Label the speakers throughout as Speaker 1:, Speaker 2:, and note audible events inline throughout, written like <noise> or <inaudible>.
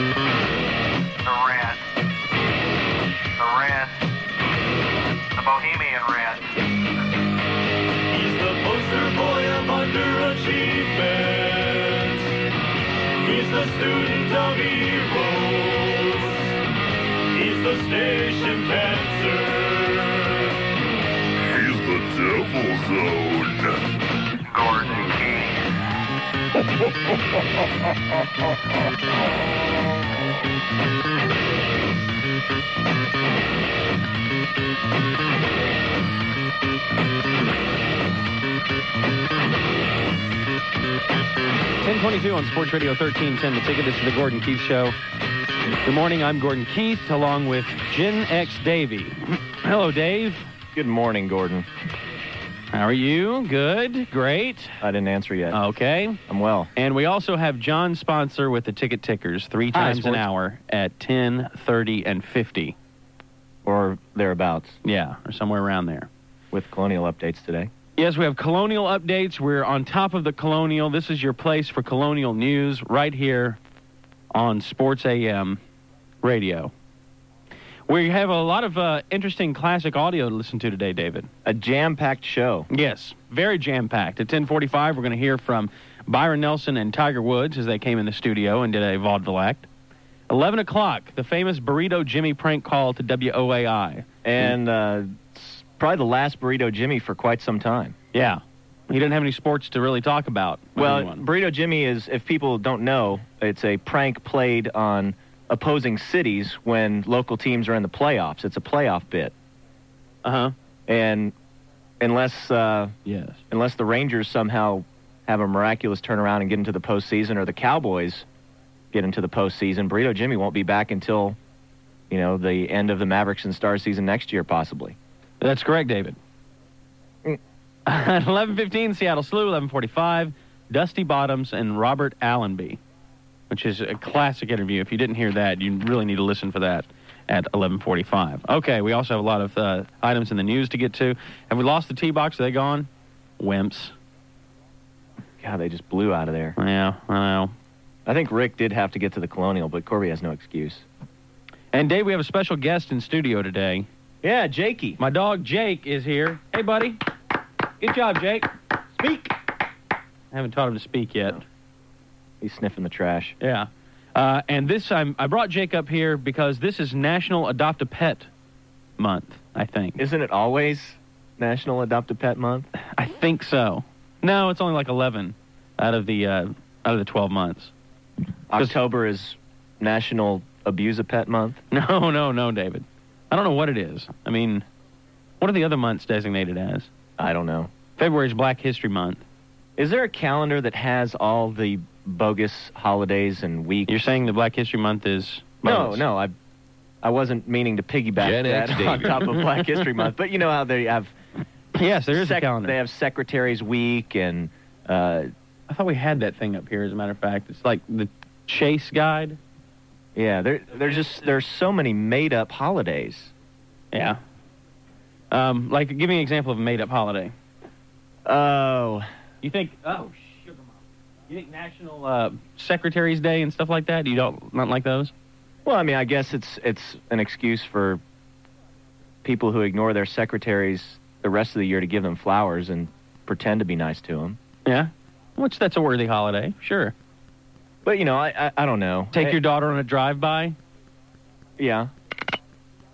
Speaker 1: The red. The red. The bohemian red.
Speaker 2: He's the poster boy of underachievement. He's the student of evils. He's the station cancer. He's the devil zone.
Speaker 1: Gordon Key.
Speaker 3: Ten twenty-two on Sports Radio thirteen ten. The ticket. This is the Gordon Keith Show. Good morning. I'm Gordon Keith, along with Gen X Davey. <clears throat> Hello, Dave.
Speaker 4: Good morning, Gordon.
Speaker 3: How are you? Good. Great.
Speaker 4: I didn't answer yet.
Speaker 3: Okay.
Speaker 4: I'm well.
Speaker 3: And we also have John Sponsor with the Ticket Tickers three
Speaker 4: Hi,
Speaker 3: times an
Speaker 4: sports.
Speaker 3: hour at ten, thirty, and 50.
Speaker 4: Or thereabouts
Speaker 3: Yeah, or somewhere around there.
Speaker 4: with colonial updates today.
Speaker 3: Yes, we have colonial updates. We're on top of the colonial. This is your place for colonial news right here on Sports AM radio. We have a lot of uh, interesting classic audio to listen to today, David.
Speaker 4: A jam packed show.
Speaker 3: Yes, very jam packed. At 10:45, we're going to hear from Byron Nelson and Tiger Woods as they came in the studio and did a vaudeville act. 11 o'clock, the famous Burrito Jimmy prank call to WOAI.
Speaker 4: And uh, it's probably the last Burrito Jimmy for quite some time.
Speaker 3: Yeah, he didn't have any sports to really talk about. with
Speaker 4: Well,
Speaker 3: anyone.
Speaker 4: Burrito Jimmy is, if people don't know, it's a prank played on opposing cities when local teams are in the playoffs. It's a playoff bit.
Speaker 3: uh huh.
Speaker 4: And unless. Uh,
Speaker 3: Yes.
Speaker 4: unless the Rangers somehow have a miraculous turnaround and get into the postseason, or the Cowboys get into the postseason, Burrito Jimmy won't be back until you know the end of the Mavericks and Star season next year, possibly.
Speaker 3: That's correct, David.
Speaker 4: Mm.
Speaker 3: At 11:15, Seattle Slew. 11:45, Dusty Bottoms and Robert Allenby, which is a classic interview. If you didn't hear that, you really need to listen for that at 11:45. Okay, we also have a lot of uh, items in the news to get to. Have we lost the T box? Are they gone? Wimps.
Speaker 4: God, they just blew out of there.
Speaker 3: Yeah, I know.
Speaker 4: I think Rick did have to get to the Colonial, but Corby has no excuse.
Speaker 3: And Dave, we have a special guest in studio today.
Speaker 4: Yeah, Jakey.
Speaker 3: My dog Jake is here. Hey, buddy. Good job, Jake. Speak. I haven't taught him to speak yet.
Speaker 4: He's sniffing the trash.
Speaker 3: Yeah. Uh, and this, I'm, I brought Jake up here because this is National Adopt a Pet Month, I think.
Speaker 4: Isn't it always National Adopt a Pet Month?
Speaker 3: I think so. No, it's only like 11 out of the, uh, out of the 12 months. <laughs>
Speaker 4: October is National Abuse a Pet Month.
Speaker 3: No, no, no, David. I don't know what it is. I mean, what are the other months designated as?
Speaker 4: I don't know.
Speaker 3: February's Black History Month.
Speaker 4: Is there a calendar that has all the bogus holidays and weeks?
Speaker 3: You're saying the Black History Month is.
Speaker 4: No,
Speaker 3: bogus.
Speaker 4: no, I, I wasn't meaning to piggyback
Speaker 5: Gen
Speaker 4: that
Speaker 5: X
Speaker 4: on
Speaker 5: David.
Speaker 4: top of Black History Month, but you know how they have
Speaker 3: <laughs> Yes, there is
Speaker 4: sec-
Speaker 3: a calendar.
Speaker 4: They have Secretaries Week and uh,
Speaker 3: I thought we had that thing up here, as a matter of fact. It's like the Chase Guide.
Speaker 4: yeah, there there's just there's so many made up holidays.
Speaker 3: Yeah. Um, like, give me an example of a made-up holiday.
Speaker 4: Oh,
Speaker 3: You think? Oh, sugar mom. You think National uh, Secretary's Day and stuff like that? You don't not like those?
Speaker 4: well, I mean, I guess it's it's an excuse for people who ignore their secretaries the rest of the year to give them flowers and pretend to be nice to them.
Speaker 3: Yeah. Which that's a worthy holiday, sure.
Speaker 4: But you know, I I, I don't know.
Speaker 3: Take
Speaker 4: I-
Speaker 3: your daughter on a drive-by.
Speaker 4: yeah.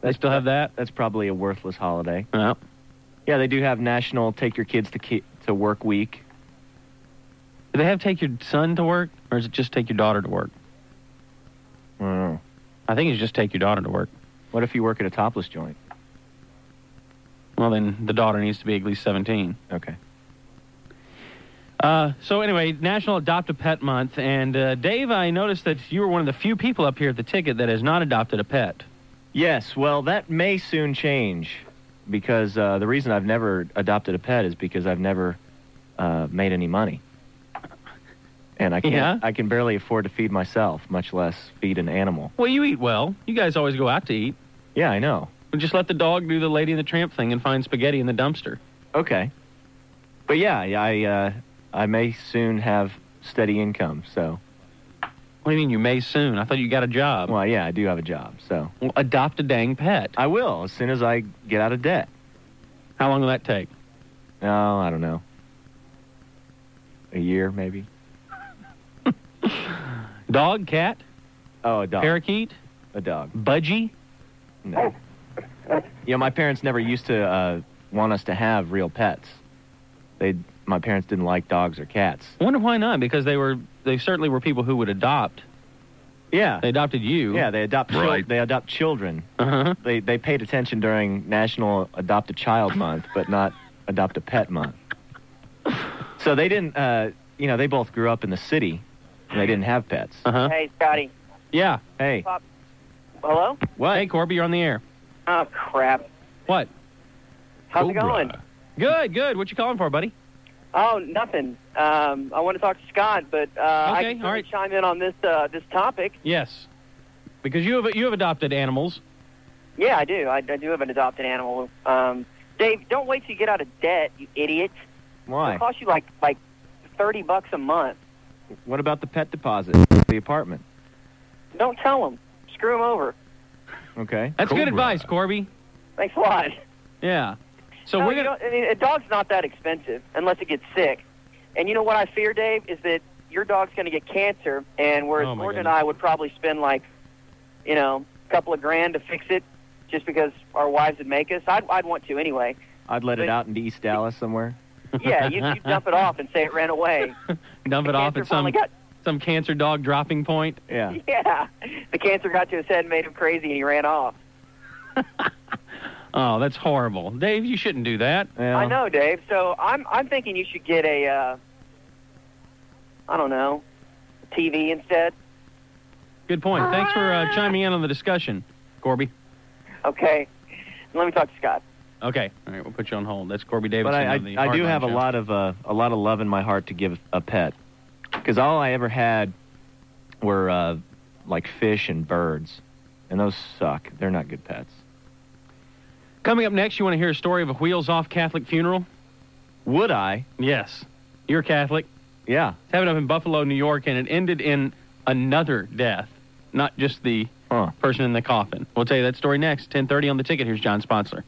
Speaker 3: They still have that.
Speaker 4: That's probably a worthless holiday.
Speaker 3: No.
Speaker 4: Yeah, they do have National Take Your Kids to ki- to Work Week.
Speaker 3: Do they have take your son to work, or is it just take your daughter to work?
Speaker 4: I don't know.
Speaker 3: I think it's just take your daughter to work.
Speaker 4: Hmm. What if you work at a topless joint?
Speaker 3: Well, then the daughter needs to be at least 17.
Speaker 4: Okay.
Speaker 3: Uh, so anyway, National Adopt a Pet Month, and uh, Dave, I noticed that you were one of the few people up here at the ticket that has not adopted a pet.
Speaker 4: Yes, well, that may soon change because uh, the reason I've never adopted a pet is because I've never uh, made any money. And I can
Speaker 3: Yeah?
Speaker 4: not I can barely afford to feed myself, much less feed an animal.
Speaker 3: Well, you eat well. You guys always go out to eat.
Speaker 4: Yeah, I know.
Speaker 3: Well, Just let the dog do the Lady and the Tramp thing and find spaghetti in the dumpster.
Speaker 4: Okay. But yeah, I uh, I may soon have steady income, so
Speaker 3: What do you mean you may soon? I thought you got a job.
Speaker 4: Well, yeah, I do have a job, so
Speaker 3: Well, adopt a dang pet.
Speaker 4: I will as soon as I get out of debt.
Speaker 3: How long will that take?
Speaker 4: Oh, I don't know. A year, maybe.
Speaker 3: <laughs> Dog, cat,
Speaker 4: Oh, a dog.
Speaker 3: parakeet,
Speaker 4: A dog.
Speaker 3: budgie?
Speaker 4: No. You know, my parents never used to uh, want us to have real pets. They, my parents didn't like dogs or cats.
Speaker 3: I wonder why not, because they were they certainly were people who would adopt.
Speaker 4: Yeah.
Speaker 3: They adopted you.
Speaker 4: Yeah, they adopt chil-
Speaker 3: Right.
Speaker 4: they adopt children.
Speaker 3: Uh-huh.
Speaker 4: They they paid attention during National Adopt a Child Month, but not Adopt a Pet Month. So they didn't. Uh, you know, they both grew up in the city, and they didn't have pets.
Speaker 3: Uh-huh.
Speaker 5: Hey, Scotty.
Speaker 3: Yeah.
Speaker 4: Hey,
Speaker 5: Hello?
Speaker 3: What? Hey, Corby, you're on the air.
Speaker 5: Oh, crap.
Speaker 3: What?
Speaker 5: How's it going?
Speaker 3: Good, good. What you calling for, buddy?
Speaker 5: Oh, nothing. Um, I want to talk to Scott, but uh, I
Speaker 3: Okay,
Speaker 5: can
Speaker 3: all right.
Speaker 5: chime in on this uh, this topic.
Speaker 3: Yes. Because you have you have adopted animals.
Speaker 5: Yeah, I do. I, I do have an adopted animal. Um, Dave, don't wait till you get out of debt, you idiot.
Speaker 4: why?
Speaker 5: It costs you like like thirty bucks a month.
Speaker 4: What about the pet deposit? The apartment.
Speaker 5: Don't tell them. Screw them over.
Speaker 4: Okay.
Speaker 3: That's good
Speaker 6: Cobra.
Speaker 3: advice, Corby.
Speaker 5: Thanks a lot.
Speaker 3: Yeah. So
Speaker 5: no,
Speaker 3: we're
Speaker 5: you
Speaker 3: gonna
Speaker 5: don't- I mean, a dog's not that expensive unless it gets sick. And you know what I fear, Dave, is that your dog's going to get cancer, and whereas
Speaker 3: Oh, my
Speaker 5: Gordon and
Speaker 3: goodness.
Speaker 5: I would probably spend like, you know, a couple of grand to fix it, just because our wives would make us. I'd, I'd want to anyway.
Speaker 4: I'd let it
Speaker 5: But-
Speaker 4: out into East Dallas somewhere.
Speaker 5: Yeah, you,
Speaker 3: <laughs>
Speaker 5: you dump it off and say it ran away.
Speaker 3: dump
Speaker 5: The
Speaker 3: it off
Speaker 5: cancer
Speaker 3: at some
Speaker 5: finally got-
Speaker 3: some cancer dog dropping point.
Speaker 4: Yeah.
Speaker 5: <laughs> yeah, the cancer got to his head and made him crazy, and he ran off.
Speaker 3: Oh, that's horrible. Dave, you shouldn't do that.
Speaker 4: Well,
Speaker 5: I know, Dave. So I'm I'm thinking you should get a, uh, I don't know, TV instead.
Speaker 3: Good point. Thanks for
Speaker 5: Ah.
Speaker 3: uh, chiming in on the discussion, Corby.
Speaker 5: Okay, let me talk to Scott.
Speaker 3: Okay. All right, we'll put you on hold. That's Corby Davidson
Speaker 4: But I,
Speaker 3: on the
Speaker 4: I, I do
Speaker 3: Hardline
Speaker 4: have a
Speaker 3: Show.
Speaker 4: lot of uh, a lot of love in my heart to give a pet, because all I ever had were uh, like fish and birds, and those suck. They're not good pets.
Speaker 3: Coming up next, you want to hear a story of a wheels off Catholic funeral?
Speaker 4: Would I?
Speaker 3: Yes. You're Catholic.
Speaker 4: Yeah.
Speaker 3: It's happened up in Buffalo, New York, and it ended in another death, not just the
Speaker 4: Huh.
Speaker 3: person in the coffin. We'll tell you that story next. 10:30 on the ticket. Here's John Sponsor.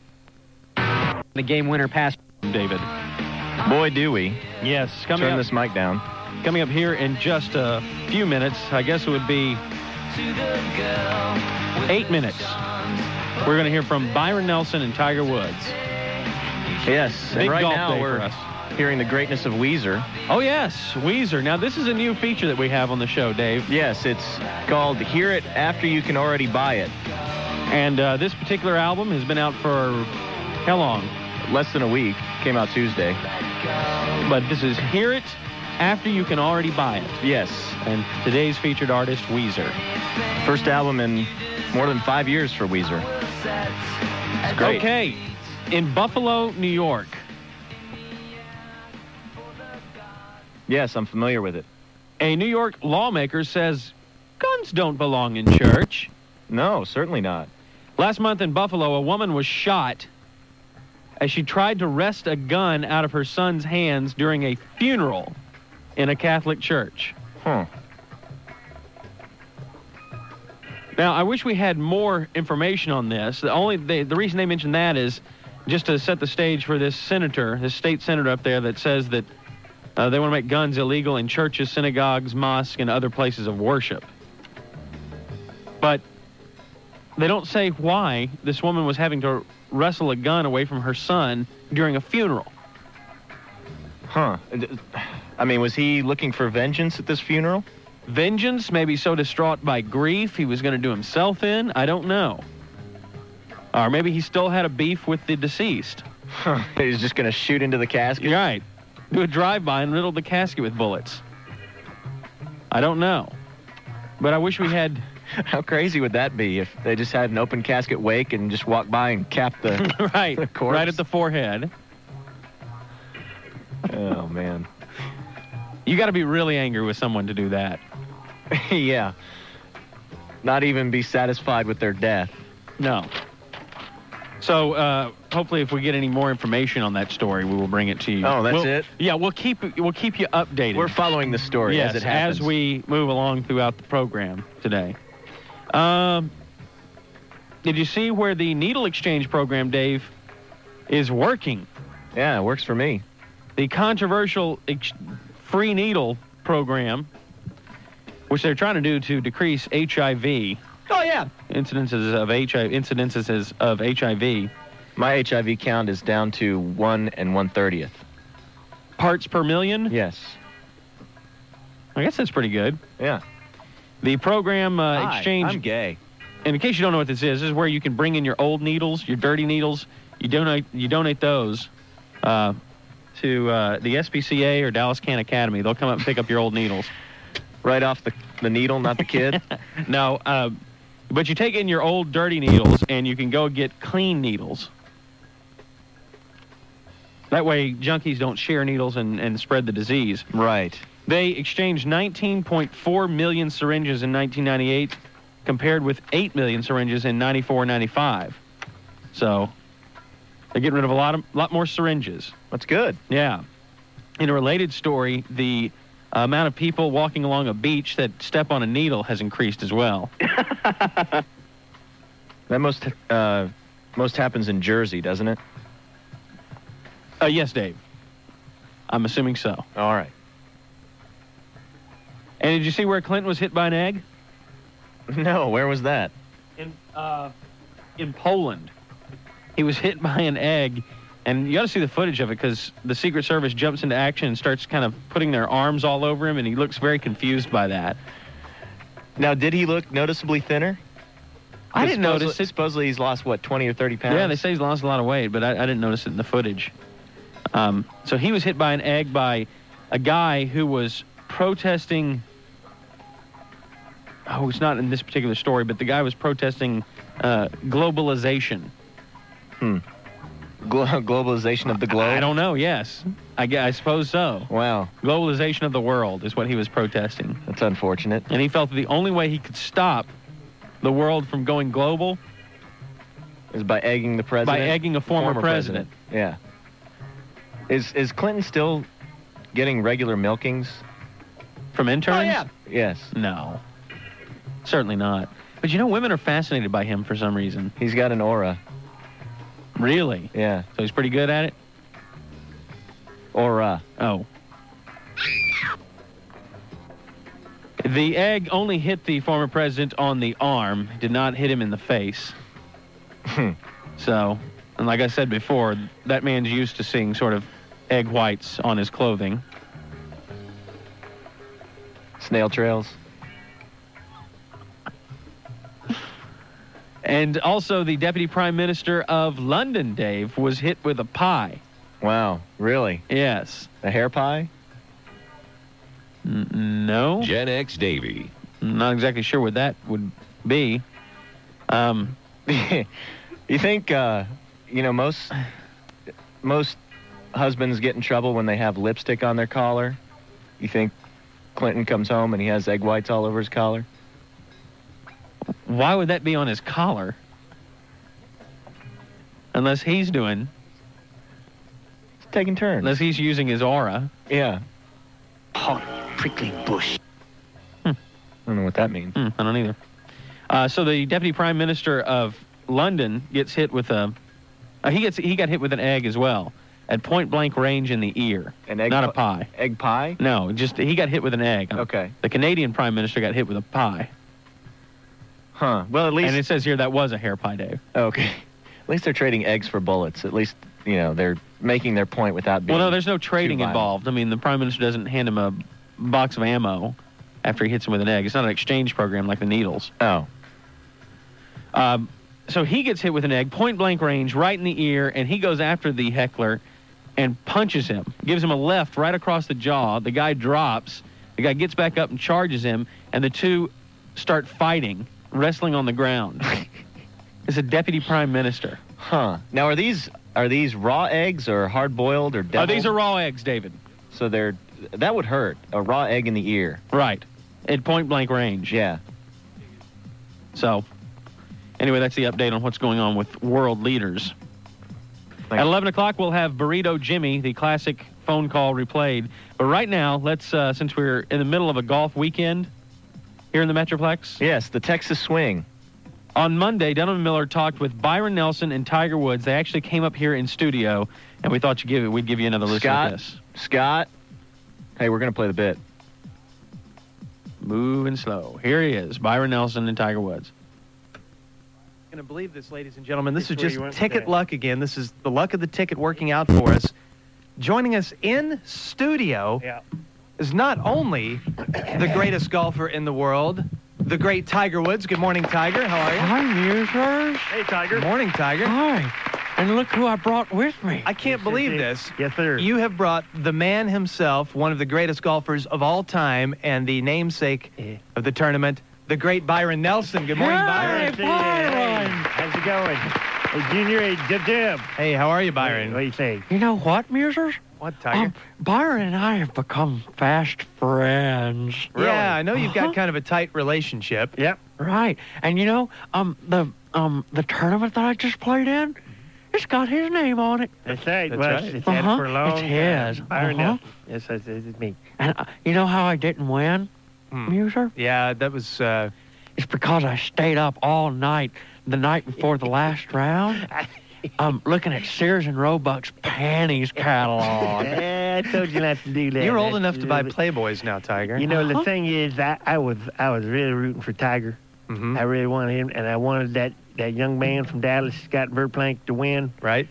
Speaker 3: The game winner pass, David.
Speaker 4: Boy, do we
Speaker 3: Yes, coming
Speaker 4: turn
Speaker 3: up,
Speaker 4: this mic down.
Speaker 3: coming up here in just a few minutes. I guess it would be eight minutes. We're going to hear from Byron Nelson and Tiger Woods.
Speaker 4: Yes.
Speaker 3: Big
Speaker 4: and right
Speaker 3: golf
Speaker 4: now
Speaker 3: day
Speaker 4: we're
Speaker 3: for us.
Speaker 4: hearing the greatness of Weezer.
Speaker 3: Oh yes, Weezer. Now this is a new feature that we have on the show, Dave.
Speaker 4: Yes, it's called "Hear It After You Can Already Buy It."
Speaker 3: And uh, this particular album has been out for how long?
Speaker 4: Less than a week. Came out Tuesday.
Speaker 3: But this is Hear It After You Can Already Buy It.
Speaker 4: Yes.
Speaker 3: And today's featured artist, Weezer.
Speaker 4: First album in more than five years for Weezer. It's great.
Speaker 3: Okay, in Buffalo, New York.
Speaker 4: Yes, I'm familiar with it.
Speaker 3: A New York lawmaker says guns don't belong in church.
Speaker 4: No, certainly not.
Speaker 3: Last month in Buffalo, a woman was shot as she tried to wrest a gun out of her son's hands during a funeral in a Catholic church.
Speaker 4: Huh.
Speaker 3: Now, I wish we had more information on this. The only the, the reason they mentioned that is just to set the stage for this senator, this state senator up there that says that uh, they want to make guns illegal in churches, synagogues, mosques, and other places of worship. But they don't say why this woman was having to wrestle a gun away from her son during a funeral.
Speaker 4: Huh. uh, I mean, was he looking for vengeance at this funeral?
Speaker 3: vengeance, maybe so distraught by grief he was going to do himself in. I don't know. Or maybe he still had a beef with
Speaker 4: <laughs>
Speaker 3: the deceased.
Speaker 4: Huh. He was just going to shoot into the casket?
Speaker 3: You're right. Do a drive by and riddle the casket with bullets. I don't know. But I <laughs> wish we had.
Speaker 4: <laughs> How crazy would that be if they just had an open casket wake and just walked by and capped
Speaker 3: <laughs>
Speaker 4: the.
Speaker 3: right.
Speaker 4: Of course.
Speaker 3: Right at the forehead.
Speaker 4: oh, man.
Speaker 3: You got to be really angry with someone to do that.
Speaker 4: <laughs> yeah. Not even be satisfied with their death.
Speaker 3: No. So uh, hopefully, if we get any more information on that story, we will bring it to you.
Speaker 4: Oh, that's
Speaker 3: We'll-
Speaker 4: it?
Speaker 3: Yeah, we'll keep we'll keep you updated.
Speaker 4: We're following the story
Speaker 3: yes,
Speaker 4: as it happens.
Speaker 3: we move along throughout the program today. Um, did you see where the needle exchange program, Dave, is working?
Speaker 4: yeah, it works for me.
Speaker 3: the controversial ex- free needle program, which they're trying to do to decrease HIV
Speaker 4: Oh yeah.
Speaker 3: incidences of HIV incidences of HIV
Speaker 4: My HIV count is down to one and one thirtieth.
Speaker 3: parts per million.
Speaker 4: Yes.
Speaker 3: I guess that's pretty good.
Speaker 4: Yeah.
Speaker 3: The program uh,
Speaker 4: Hi,
Speaker 3: exchange,
Speaker 4: I'm gay.
Speaker 3: and in case you don't know what this is, this is where you can bring in your old needles, your dirty needles. You donate you donate those uh, to uh, the SPCA or Dallas Can Academy. They'll come up and pick up your old needles.
Speaker 4: Right off the the needle, not the <laughs> kid.
Speaker 3: No, uh, but you take in your old dirty needles and you can go get clean needles. That way, junkies don't share needles and, and spread the disease.
Speaker 4: right.
Speaker 3: They exchanged 19.4 million syringes in 1998, compared with 8 million syringes in 94 95. So, they're getting rid of a lot, of, lot more syringes.
Speaker 4: That's good.
Speaker 3: Yeah. In a related story, the amount of people walking along a beach that step on a needle has increased
Speaker 4: <laughs>
Speaker 3: as well.
Speaker 4: That most uh, most happens in Jersey, doesn't it?
Speaker 3: Uh, yes, Dave. I'm assuming so.
Speaker 4: All right.
Speaker 3: And did you see where Clinton was hit by an egg?
Speaker 4: No, where was that?
Speaker 3: In uh, in Poland, he was hit by an egg, and you got to see the footage of it because the Secret Service jumps into action and starts kind of putting their arms all over him, and he looks very confused by that.
Speaker 4: Now, did he look noticeably thinner?
Speaker 3: I didn't
Speaker 4: Supposedly-
Speaker 3: notice it.
Speaker 4: Supposedly he's lost what 20 or 30 pounds.
Speaker 3: Yeah, they say he's lost a lot of weight, but I, I didn't notice it in the footage. Um, so he was hit by an egg by a guy who was protesting. Oh, it's not in this particular story, but the guy was protesting uh, globalization.
Speaker 4: Hmm. Glo- globalization of the globe.
Speaker 3: I don't know. Yes, I, gue- I suppose so.
Speaker 4: Wow,
Speaker 3: Globalization of the world is what he was protesting,
Speaker 4: that's unfortunate.
Speaker 3: and he felt that the only way he could stop the world from going global
Speaker 4: Is by egging the president.
Speaker 3: by egging a former, president.
Speaker 4: president. Yeah. Is is Clinton still getting regular milkings?
Speaker 3: from
Speaker 4: Oh,
Speaker 3: interns.
Speaker 4: Yes.
Speaker 3: No. Certainly not. But you know, women are fascinated by him for some reason.
Speaker 4: He's got an aura.
Speaker 3: Really?
Speaker 4: Yeah.
Speaker 3: So he's pretty good at it?
Speaker 4: Aura.
Speaker 3: Oh. The egg only hit the former president on the arm, did not hit him in the face.
Speaker 4: Hmm.
Speaker 3: so, and like I said before, that man's used to seeing sort of egg whites on his clothing.
Speaker 4: Snail trails.
Speaker 3: And also, the deputy prime minister of London, Dave, was hit with a pie.
Speaker 4: Wow. Really?
Speaker 3: Yes.
Speaker 4: A hair pie?
Speaker 3: N- no.
Speaker 6: Gen X Davy.
Speaker 3: I'm not exactly sure what that would be. Um,
Speaker 4: <laughs> you think uh, you know most most husbands get in trouble when they have lipstick on their collar? You think Clinton comes home and he has egg whites all over his collar?
Speaker 3: why would that be on his collar? Unless he's doing,
Speaker 4: It's taking turns.
Speaker 3: unless he's using his aura.
Speaker 4: yeah. Hot prickly bush. I don't know what that means.
Speaker 3: Hmm, I don't either. Uh, so the deputy prime minister of London gets hit with a. Uh, he gets he got hit with an egg as well at point blank range in the ear.
Speaker 4: An egg
Speaker 3: not
Speaker 4: pi-
Speaker 3: a pie.
Speaker 4: Egg pie?
Speaker 3: No, just he got hit with an egg.
Speaker 4: Okay.
Speaker 3: The Canadian prime minister got hit with a pie,
Speaker 4: Huh. Well, at least
Speaker 3: and it says here that was a hair pie, Dave.
Speaker 4: okay. At least they're trading eggs for bullets. At least you know they're making their point without being.
Speaker 3: Well, no, there's no trading
Speaker 4: violent.
Speaker 3: involved. I mean, the prime minister doesn't hand him a box of ammo after he hits him with an egg. It's not an exchange program like the needles.
Speaker 4: Oh.
Speaker 3: Um, so he gets hit with an egg, point blank range, right in the ear, and he goes after the heckler and punches him, gives him a left right across the jaw. The guy drops. The guy gets back up and charges him, and the two start fighting, wrestling on
Speaker 4: <laughs>
Speaker 3: the ground. it's a deputy prime minister.
Speaker 4: Huh. Now are these are these raw eggs or hard boiled or
Speaker 3: Uh,
Speaker 4: deviled?
Speaker 3: these are raw eggs, David.
Speaker 4: So they're that would hurt. A raw egg in the ear.
Speaker 3: Right. At point blank range.
Speaker 4: Yeah.
Speaker 3: So Anyway, that's the update on what's going on with world leaders. At 11 o'clock, we'll have Burrito Jimmy, the classic phone call replayed. But right now, let's, uh, since we're in the middle of a golf weekend here in the Metroplex,
Speaker 4: Yes, the Texas swing.
Speaker 3: on Monday, Dunham Miller talked with Byron Nelson and Tiger Woods. They actually came up here in studio, and we thought you give it, we'd give you another listen
Speaker 4: Scott?
Speaker 3: to this.
Speaker 4: Scott, hey, we're going to play the bit.
Speaker 3: Moving slow. Here he is, Byron Nelson and Tiger Woods.
Speaker 6: going to believe this, ladies and gentlemen.
Speaker 2: It's
Speaker 6: This is
Speaker 2: where
Speaker 6: just
Speaker 2: you went
Speaker 6: ticket
Speaker 2: today.
Speaker 6: luck again. This is the luck of the ticket working out for us. Joining us in studio
Speaker 2: Yeah.
Speaker 6: is not only the greatest golfer in the world, the great Tiger Woods. Good morning, Tiger. How are
Speaker 7: I'm here, sirs.
Speaker 2: Hey,
Speaker 6: you? Good
Speaker 2: Tiger.
Speaker 6: morning, Tiger.
Speaker 7: Hi. And look who I brought with me.
Speaker 6: I can't believe this.
Speaker 2: Yes, sir.
Speaker 6: You have brought the man himself, one of the greatest golfers of all time, and the namesake of the tournament, the great Byron Nelson. Good morning,
Speaker 7: Hey!
Speaker 6: Byron.
Speaker 2: Hey, hey, how's it going? Hey, Junior, hey, Jib Jib.
Speaker 6: Hey, how are you,
Speaker 2: What
Speaker 6: Byron?
Speaker 2: do you say?
Speaker 7: You know what, Musers?
Speaker 6: What, Tiger?
Speaker 7: Um, Byron and I have become fast friends.
Speaker 6: Yeah, I know you've got
Speaker 7: Uh-huh.
Speaker 6: kind of a tight relationship.
Speaker 2: Yep.
Speaker 7: Right. And you know, um, the um, the tournament that I just played in,
Speaker 2: Mm-hmm.
Speaker 7: it's got his name on it.
Speaker 2: That's right.
Speaker 6: That's
Speaker 2: well,
Speaker 6: right.
Speaker 2: It's, it's had it
Speaker 7: Uh-huh.
Speaker 2: for a long
Speaker 7: It's his.
Speaker 2: time. Byron
Speaker 7: Uh-huh.
Speaker 2: Nelson. Yes, that's, that's me.
Speaker 7: And uh, you know how I didn't win,
Speaker 6: Hmm.
Speaker 7: Muser?
Speaker 6: Yeah, that was. Uh,
Speaker 7: It's because I stayed up all night the night before the
Speaker 2: <laughs>
Speaker 7: last round. Um, looking at Sears and Roebuck's panties
Speaker 6: <laughs>
Speaker 2: <laughs>
Speaker 7: catalog.
Speaker 2: Eh, I told you not to do that.
Speaker 6: you're old
Speaker 2: That's
Speaker 6: enough
Speaker 2: a
Speaker 6: to buy
Speaker 2: little
Speaker 6: Playboys now, Tiger.
Speaker 2: bit- You know, the
Speaker 7: Uh-huh.
Speaker 2: thing is, I, I was I was really rooting for Tiger.
Speaker 6: Mhm.
Speaker 2: I really wanted him, and I wanted that, that young man from Dallas, Scott Verplank, to win.
Speaker 6: right?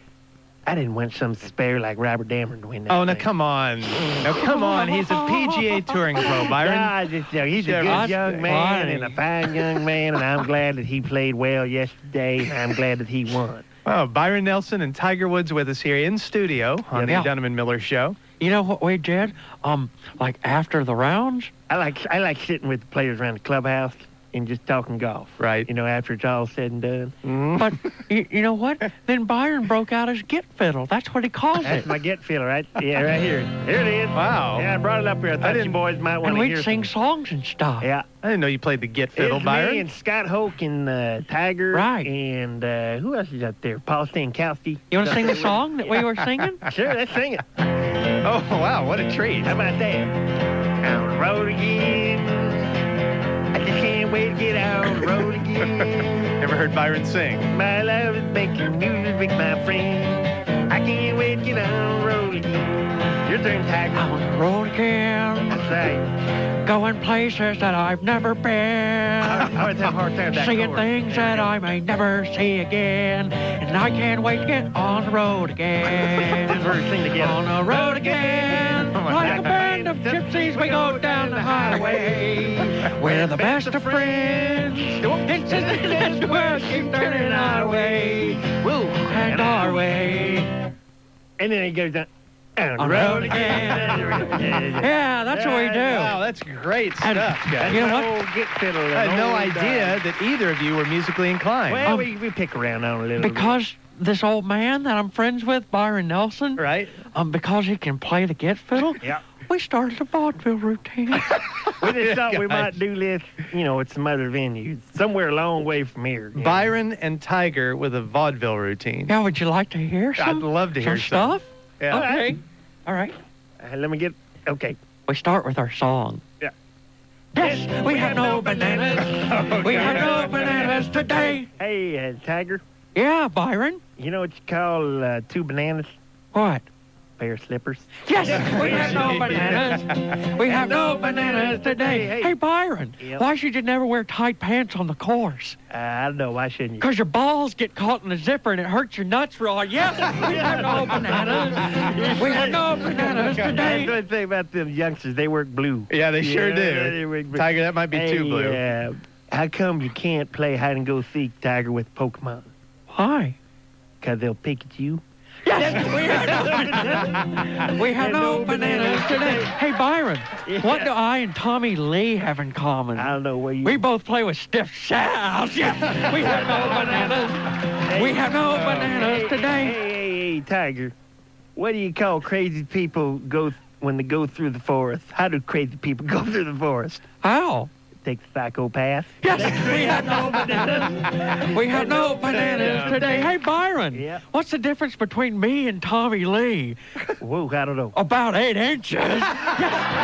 Speaker 2: I didn't want some spare like Robert Dameron to win that
Speaker 6: Oh, now
Speaker 2: thing.
Speaker 6: come on. Now come on. He's a
Speaker 2: <laughs>
Speaker 6: PGA Touring pro, Byron.
Speaker 2: Nah, just, you know, he's a
Speaker 6: Sure,
Speaker 2: good
Speaker 7: I'd
Speaker 2: young
Speaker 7: say.
Speaker 2: man
Speaker 7: Why?
Speaker 2: and a fine young man, and I'm glad that he played well yesterday. and I'm glad that he won.
Speaker 6: Wow, Byron Nelson and Tiger Woods with us here in studio on
Speaker 7: Yeah.
Speaker 6: the Dunham and Miller Show.
Speaker 7: You know what we did? Um, like after the rounds,
Speaker 2: I like I like sitting with the players around the clubhouse and just talking golf.
Speaker 6: Right.
Speaker 2: You know, after it's all said and done.
Speaker 7: but you, you know what? Then Byron broke out his get fiddle. That's what he calls it.
Speaker 2: That's my get feeler, right? Yeah, right here. Here it is.
Speaker 6: Wow.
Speaker 2: Yeah, I brought it up here. I thought you
Speaker 6: didn't-
Speaker 2: boys might want
Speaker 7: And
Speaker 2: to
Speaker 7: we'd
Speaker 2: hear.
Speaker 7: sing songs and stuff.
Speaker 2: Yeah.
Speaker 6: I didn't know you played the get fiddle,
Speaker 2: it's me
Speaker 6: Byron.
Speaker 2: and Scott Hoke and uh, Tiger.
Speaker 7: Right.
Speaker 2: And uh, who else is up there? Paul Stankowski.
Speaker 7: You want to sing the song that we were singing?
Speaker 2: <laughs> Sure, let's sing it.
Speaker 6: Oh, wow, what a treat.
Speaker 2: How about that? On the road again. I just can't wait to get out on the road again.
Speaker 7: <laughs>
Speaker 6: Never heard Byron sing.
Speaker 2: my love is making music with my friend. I can't wait to get on the road again. Your turn,
Speaker 7: I'm
Speaker 2: Tiger.
Speaker 7: on the road again,
Speaker 2: That's right.
Speaker 7: going places that I've never <laughs> been,
Speaker 2: I always have a hard time back
Speaker 7: seeing
Speaker 2: door.
Speaker 7: things that I may never see again, and I can't wait to get on the road <laughs>
Speaker 2: This
Speaker 7: again.
Speaker 2: verse sing together.
Speaker 7: On the road <laughs> again,
Speaker 6: Oh my
Speaker 7: like
Speaker 6: God.
Speaker 7: a band of gypsies, we go down the highway. We're the best of friends. It's <laughs> in the best world, keep turning our way. Woo, and our way.
Speaker 2: And then he goes down. On the
Speaker 7: On
Speaker 2: road
Speaker 7: <laughs>
Speaker 2: again.
Speaker 7: Yeah, that's what we
Speaker 6: Wow,
Speaker 7: do.
Speaker 6: that's great stuff,
Speaker 7: And-
Speaker 6: guys.
Speaker 7: You know
Speaker 2: An
Speaker 7: what?
Speaker 2: old Get fiddle,
Speaker 6: I had no
Speaker 2: uh,
Speaker 6: idea that either of you were musically inclined.
Speaker 2: Well,
Speaker 7: Um,
Speaker 2: we, we pick around on a little bit.
Speaker 7: Because this old man that I'm friends with, Byron Nelson,
Speaker 6: right?
Speaker 7: um, because he can play the get fiddle,
Speaker 2: <laughs> Yeah.
Speaker 7: we started a vaudeville routine.
Speaker 2: <laughs> We
Speaker 6: <laughs>
Speaker 2: just thought we
Speaker 7: <laughs>
Speaker 6: Guys.
Speaker 2: might do this, you know, at some other venue, somewhere a long way from here. you know.
Speaker 6: Byron and Tiger with a vaudeville routine.
Speaker 7: now, would you like to hear some,
Speaker 6: I'd love to
Speaker 7: some
Speaker 6: hear some.
Speaker 7: stuff?
Speaker 6: Yeah.
Speaker 7: Okay. All right.
Speaker 2: Uh, let me get. Okay.
Speaker 7: We start with our song.
Speaker 2: Yeah.
Speaker 7: Yes, we, have, no bananas.
Speaker 2: <laughs>
Speaker 7: we have no bananas today.
Speaker 2: Hey, uh, Tiger,
Speaker 7: Yeah, Byron.
Speaker 2: you know what you call uh, two bananas?
Speaker 7: What?
Speaker 2: A pair of slippers.
Speaker 7: Yes,
Speaker 2: <laughs>
Speaker 7: we have no bananas. We have no bananas today.
Speaker 2: Hey, hey.
Speaker 7: Hey, Byron,
Speaker 2: Yep.
Speaker 7: why should you never wear tight pants on the course?
Speaker 2: Uh, I don't know. Why shouldn't you?
Speaker 7: Because your balls get caught in the zipper and it hurts your nuts real
Speaker 2: <laughs>
Speaker 7: hard. Yes, <laughs> we have no bananas. We have no bananas
Speaker 2: That's
Speaker 7: today.
Speaker 2: one thing about them youngsters. They work blue.
Speaker 6: Yeah, they sure
Speaker 2: Yeah,
Speaker 6: do.
Speaker 2: they work blue.
Speaker 6: Tiger, that might be too
Speaker 2: Hey,
Speaker 6: blue.
Speaker 2: uh, how come you can't play hide and go seek, Tiger, with Pokemon?
Speaker 7: Why?
Speaker 2: Because they'll pick at you.
Speaker 7: Yes, we have no, we have no bananas today. Hey, Byron, what do I and Tommy Lee have in common?
Speaker 2: I don't know where you.
Speaker 7: We both play with stiff shells. <laughs> Yes, we have no bananas. We have no bananas
Speaker 2: Hey,
Speaker 7: today.
Speaker 2: hey, hey, Tiger. What do you call crazy <laughs> people go when they go through the forest? How do crazy people go through the forest?
Speaker 7: How?
Speaker 8: take the FACO pass.
Speaker 7: Yes, we had no bananas. We had no bananas today. Hey, Byron,
Speaker 8: Yeah.
Speaker 7: what's the difference between me and Tommy Lee?
Speaker 8: Whoa, I don't know.
Speaker 7: About eight inches. Yes,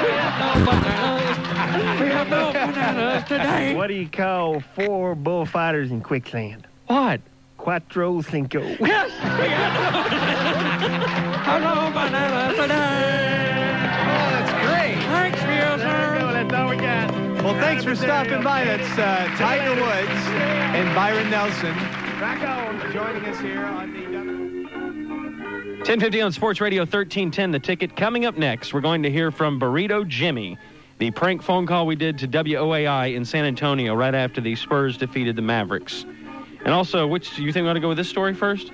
Speaker 7: we have no bananas. We have no bananas uh, today.
Speaker 8: What do you call four bullfighters in quicksand?
Speaker 7: What?
Speaker 8: Quattro cinco.
Speaker 7: Yes, we have no, no bananas today.
Speaker 6: Oh, that's great.
Speaker 7: Thanks, Nielsen.
Speaker 8: That's all we got.
Speaker 6: Well, thanks for stopping by. That's uh, Tiger Woods and Byron Nelson. Back on, joining us here on the.
Speaker 3: 1050 on Sports Radio 1310, the ticket. Coming up next, we're going to hear from Burrito Jimmy, the prank phone call we did to WOAI in San Antonio right after the Spurs defeated the Mavericks. And also, which do you think we ought to go with this story first?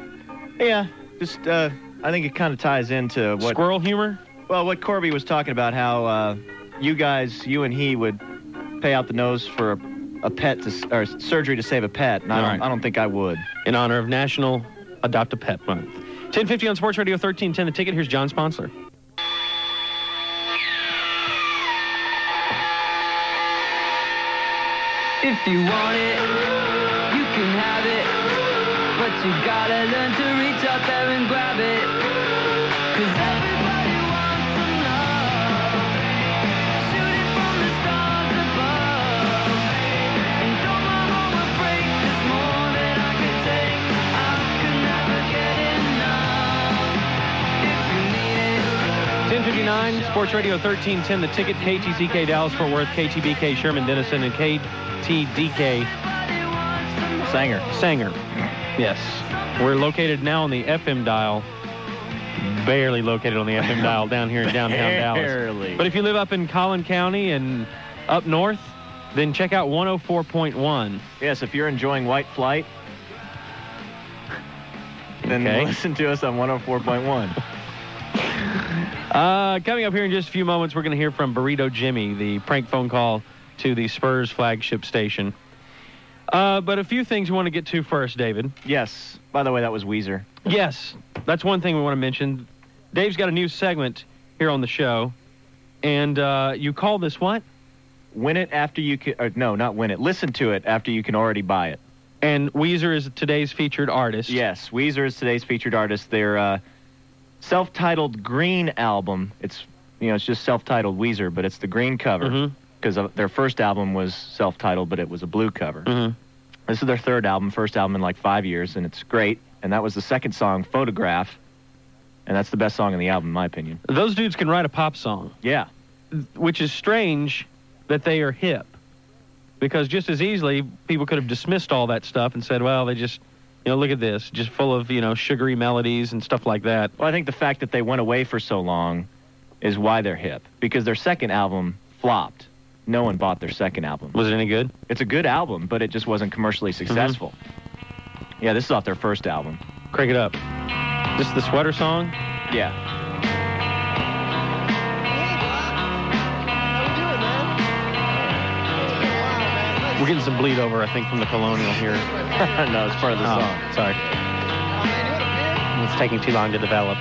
Speaker 4: Yeah, just uh, I think it kind of ties into what
Speaker 3: Squirrel humor?
Speaker 4: well what Corby was talking about how uh, you guys, you and he would pay out the nose for a, a pet to, s- or surgery to save a pet, and I don't,
Speaker 3: All right.
Speaker 4: I don't think I would.
Speaker 3: In honor of National Adopt a Pet Month. 1050 on Sports Radio 1310, the ticket. Here's John Sponsor.
Speaker 9: If you want it, you can have it. But you gotta learn to reach out there and grab it. Cause everybody wants to know. Shoot it from the stars above. And though my heart will break, there's more than I can take. I could never get enough. If you need it.
Speaker 3: 1059, Sports Radio 1310, the ticket. KTCK Dallas Fort Worth, KTBK Sherman Denison, and KTDK
Speaker 4: Sanger.
Speaker 3: Sanger. Yes. We're located now on the FM dial. Barely located on the FM dial down here
Speaker 4: <laughs>
Speaker 3: in downtown
Speaker 4: Barely.
Speaker 3: Dallas. But if you live up in Collin County and up north, then check out 104.1.
Speaker 4: Yes, if you're enjoying White Flight, then
Speaker 3: Okay.
Speaker 4: listen to us on 104.1.
Speaker 3: Uh, coming up here in just a few moments, we're going to hear from Burrito Jimmy, the prank phone call to the Spurs flagship station. Uh, but a few things we want to get to first, David.
Speaker 4: yes. By the way, that was Weezer.
Speaker 3: Yes, that's one thing we want to mention. Dave's got a new segment here on the show, and uh, you call this what?
Speaker 4: Win it after you can. Or no, not win it. Listen to it after you can already buy it.
Speaker 3: And Weezer is today's featured artist.
Speaker 4: Yes, Weezer is today's featured artist. Their uh, self-titled Green album. It's you know it's just self-titled Weezer, but it's the green cover
Speaker 3: Mhm.
Speaker 4: because uh, their first album was self-titled, but it was a blue cover.
Speaker 3: Mhm.
Speaker 4: This is their third album, first album in like five years, and it's great. And that was the second song, Photograph, and that's the best song in the album, in my opinion.
Speaker 3: Those dudes can write a pop song,
Speaker 4: Yeah,
Speaker 3: which is strange that they are hip. Because just as easily, people could have dismissed all that stuff and said, well, they just, you know, look at this, just full of, you know, sugary melodies and stuff like that.
Speaker 4: Well, I think the fact that they went away for so long is why they're hip because their second album flopped. No one bought their second album.
Speaker 3: Was it any good? Mm-hmm.
Speaker 4: It's a good album, but it just wasn't commercially successful. Yeah, this is off their first album.
Speaker 3: Crank it up. This is the sweater song?
Speaker 4: Yeah.
Speaker 3: We're getting some bleed over, I think, from the Colonial
Speaker 4: <laughs>
Speaker 3: here.
Speaker 4: no, it's part of the
Speaker 3: Oh,
Speaker 4: song.
Speaker 3: sorry. It's taking too long to develop.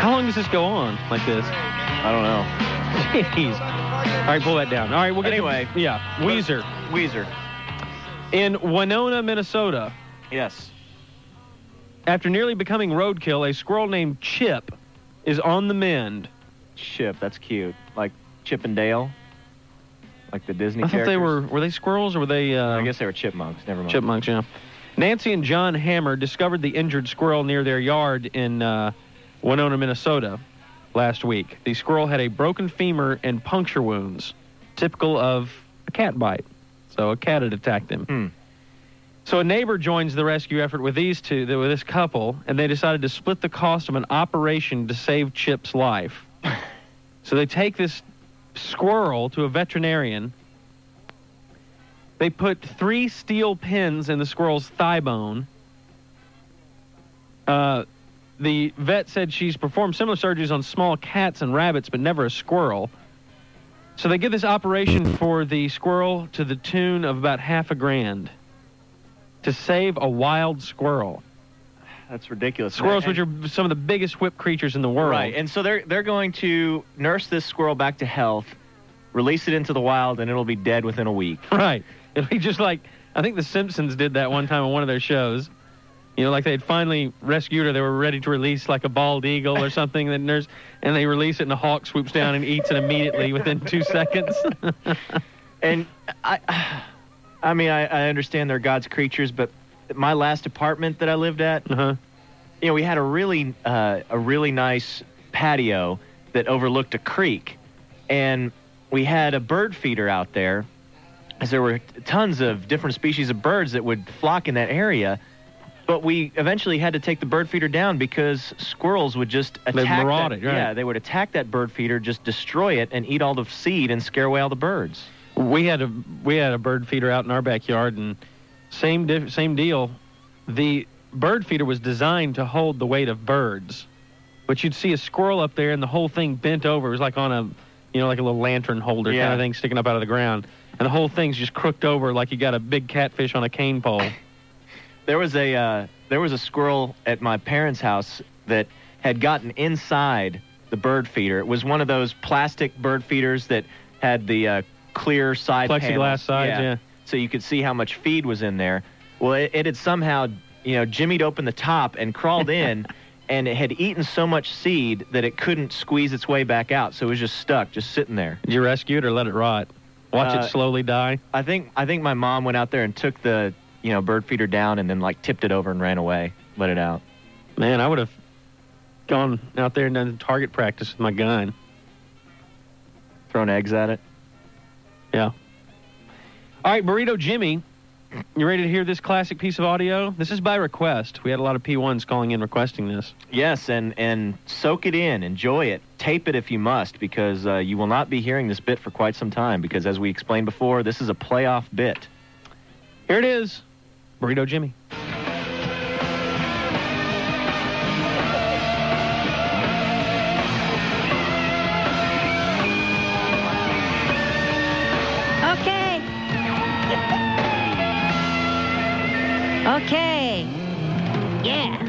Speaker 3: How long does this go on like this?
Speaker 4: I don't know.
Speaker 3: Jeez. All right, pull that down. All right, we'll get
Speaker 4: Anyway.
Speaker 3: Yeah, Weezer
Speaker 4: Weezer.
Speaker 3: in Winona, Minnesota.
Speaker 4: Yes.
Speaker 3: After nearly becoming roadkill, a squirrel named Chip is on the mend.
Speaker 4: Chip, that's cute. Like Chip and Dale. Like the Disney
Speaker 3: I thought they
Speaker 4: characters.
Speaker 3: were were they squirrels or were they? Uh,
Speaker 4: I guess they were chipmunks. Never mind.
Speaker 3: Chipmunks, yeah. Nancy and John Hammer discovered the injured squirrel near their yard in uh, Winona, Minnesota last week. The squirrel had a broken femur and puncture wounds, typical of a cat bite. So a cat had attacked him.
Speaker 4: Hmm.
Speaker 3: So a neighbor joins the rescue effort with these two, with this couple, and they decided to split the cost of an operation to save
Speaker 4: <laughs>
Speaker 3: Chip's life. so they take this squirrel to a veterinarian they put three steel pins in the squirrel's thigh bone. Uh, the vet said she's performed similar surgeries on small cats and rabbits, but never a squirrel. So they give this operation for the squirrel to the tune of about half a grand to save a wild squirrel.
Speaker 4: That's ridiculous.
Speaker 3: Squirrels,
Speaker 4: And-
Speaker 3: which are some of the biggest whip creatures in the world.
Speaker 4: Right, and so they're they're going to nurse this squirrel back to health, release it into the wild, and it'll be dead within a week.
Speaker 3: Right. It'll be just <laughs> like I think The Simpsons did that one time on one of their shows. You know, like they had finally rescued her. They were ready to release like a bald eagle or something. That nurse, and they release it, and a hawk swoops down and eats it immediately within two seconds. <laughs>
Speaker 4: and I, I mean, I, I understand they're God's creatures, but my last apartment that I lived at,
Speaker 3: uh-huh.
Speaker 4: you know, we had a really, uh, a really nice patio that overlooked a creek, and we had a bird feeder out there, as there were tons of different species of birds that would flock in that area. But we eventually had to take the bird feeder down because squirrels would just attack. that-
Speaker 3: marauded, right.
Speaker 4: Yeah, they would attack that bird feeder, just destroy it, and eat all the seed and scare away all the birds.
Speaker 3: we had a we had a bird feeder out in our backyard, and same diff, same deal. The bird feeder was designed to hold the weight of birds, but you'd see a squirrel up there, and the whole thing bent over. It was like on a, you know, like a little lantern holder kind
Speaker 4: Yeah.
Speaker 3: of thing sticking up out of the ground, and the whole thing's just crooked over like you got a big catfish on a cane pole.
Speaker 4: There was a uh, there was a squirrel at my parents' house that had gotten inside the bird feeder. It was one of those plastic bird feeders that had the uh, clear side
Speaker 3: Plexiglass
Speaker 4: panels.
Speaker 3: sides, yeah.
Speaker 4: So you could see how much feed was in there. Well, it, it had somehow you know jimmied open the top and crawled
Speaker 3: <laughs>
Speaker 4: in. And it had eaten so much seed that it couldn't squeeze its way back out, so it was just stuck, just sitting there.
Speaker 3: Did you rescue it or let it rot? Watch
Speaker 4: Uh,
Speaker 3: it slowly die.
Speaker 4: I think I think my mom went out there and took the you know bird feeder down and then like tipped it over and ran away, let it out.
Speaker 3: Man, I would have gone out there and done target practice with my gun.
Speaker 4: thrown eggs at it.
Speaker 3: Yeah. All right, Burrito Jimmy, you ready to hear this classic piece of audio? This is by request. We had a lot of P1s calling in requesting this.
Speaker 4: Yes, and and soak it in, enjoy it, tape it if you must, because uh, you will not be hearing this bit for quite some time. Because as we explained before, this is a playoff bit.
Speaker 3: Here it is, Burrito Jimmy.
Speaker 10: Okay. Okay. Yeah.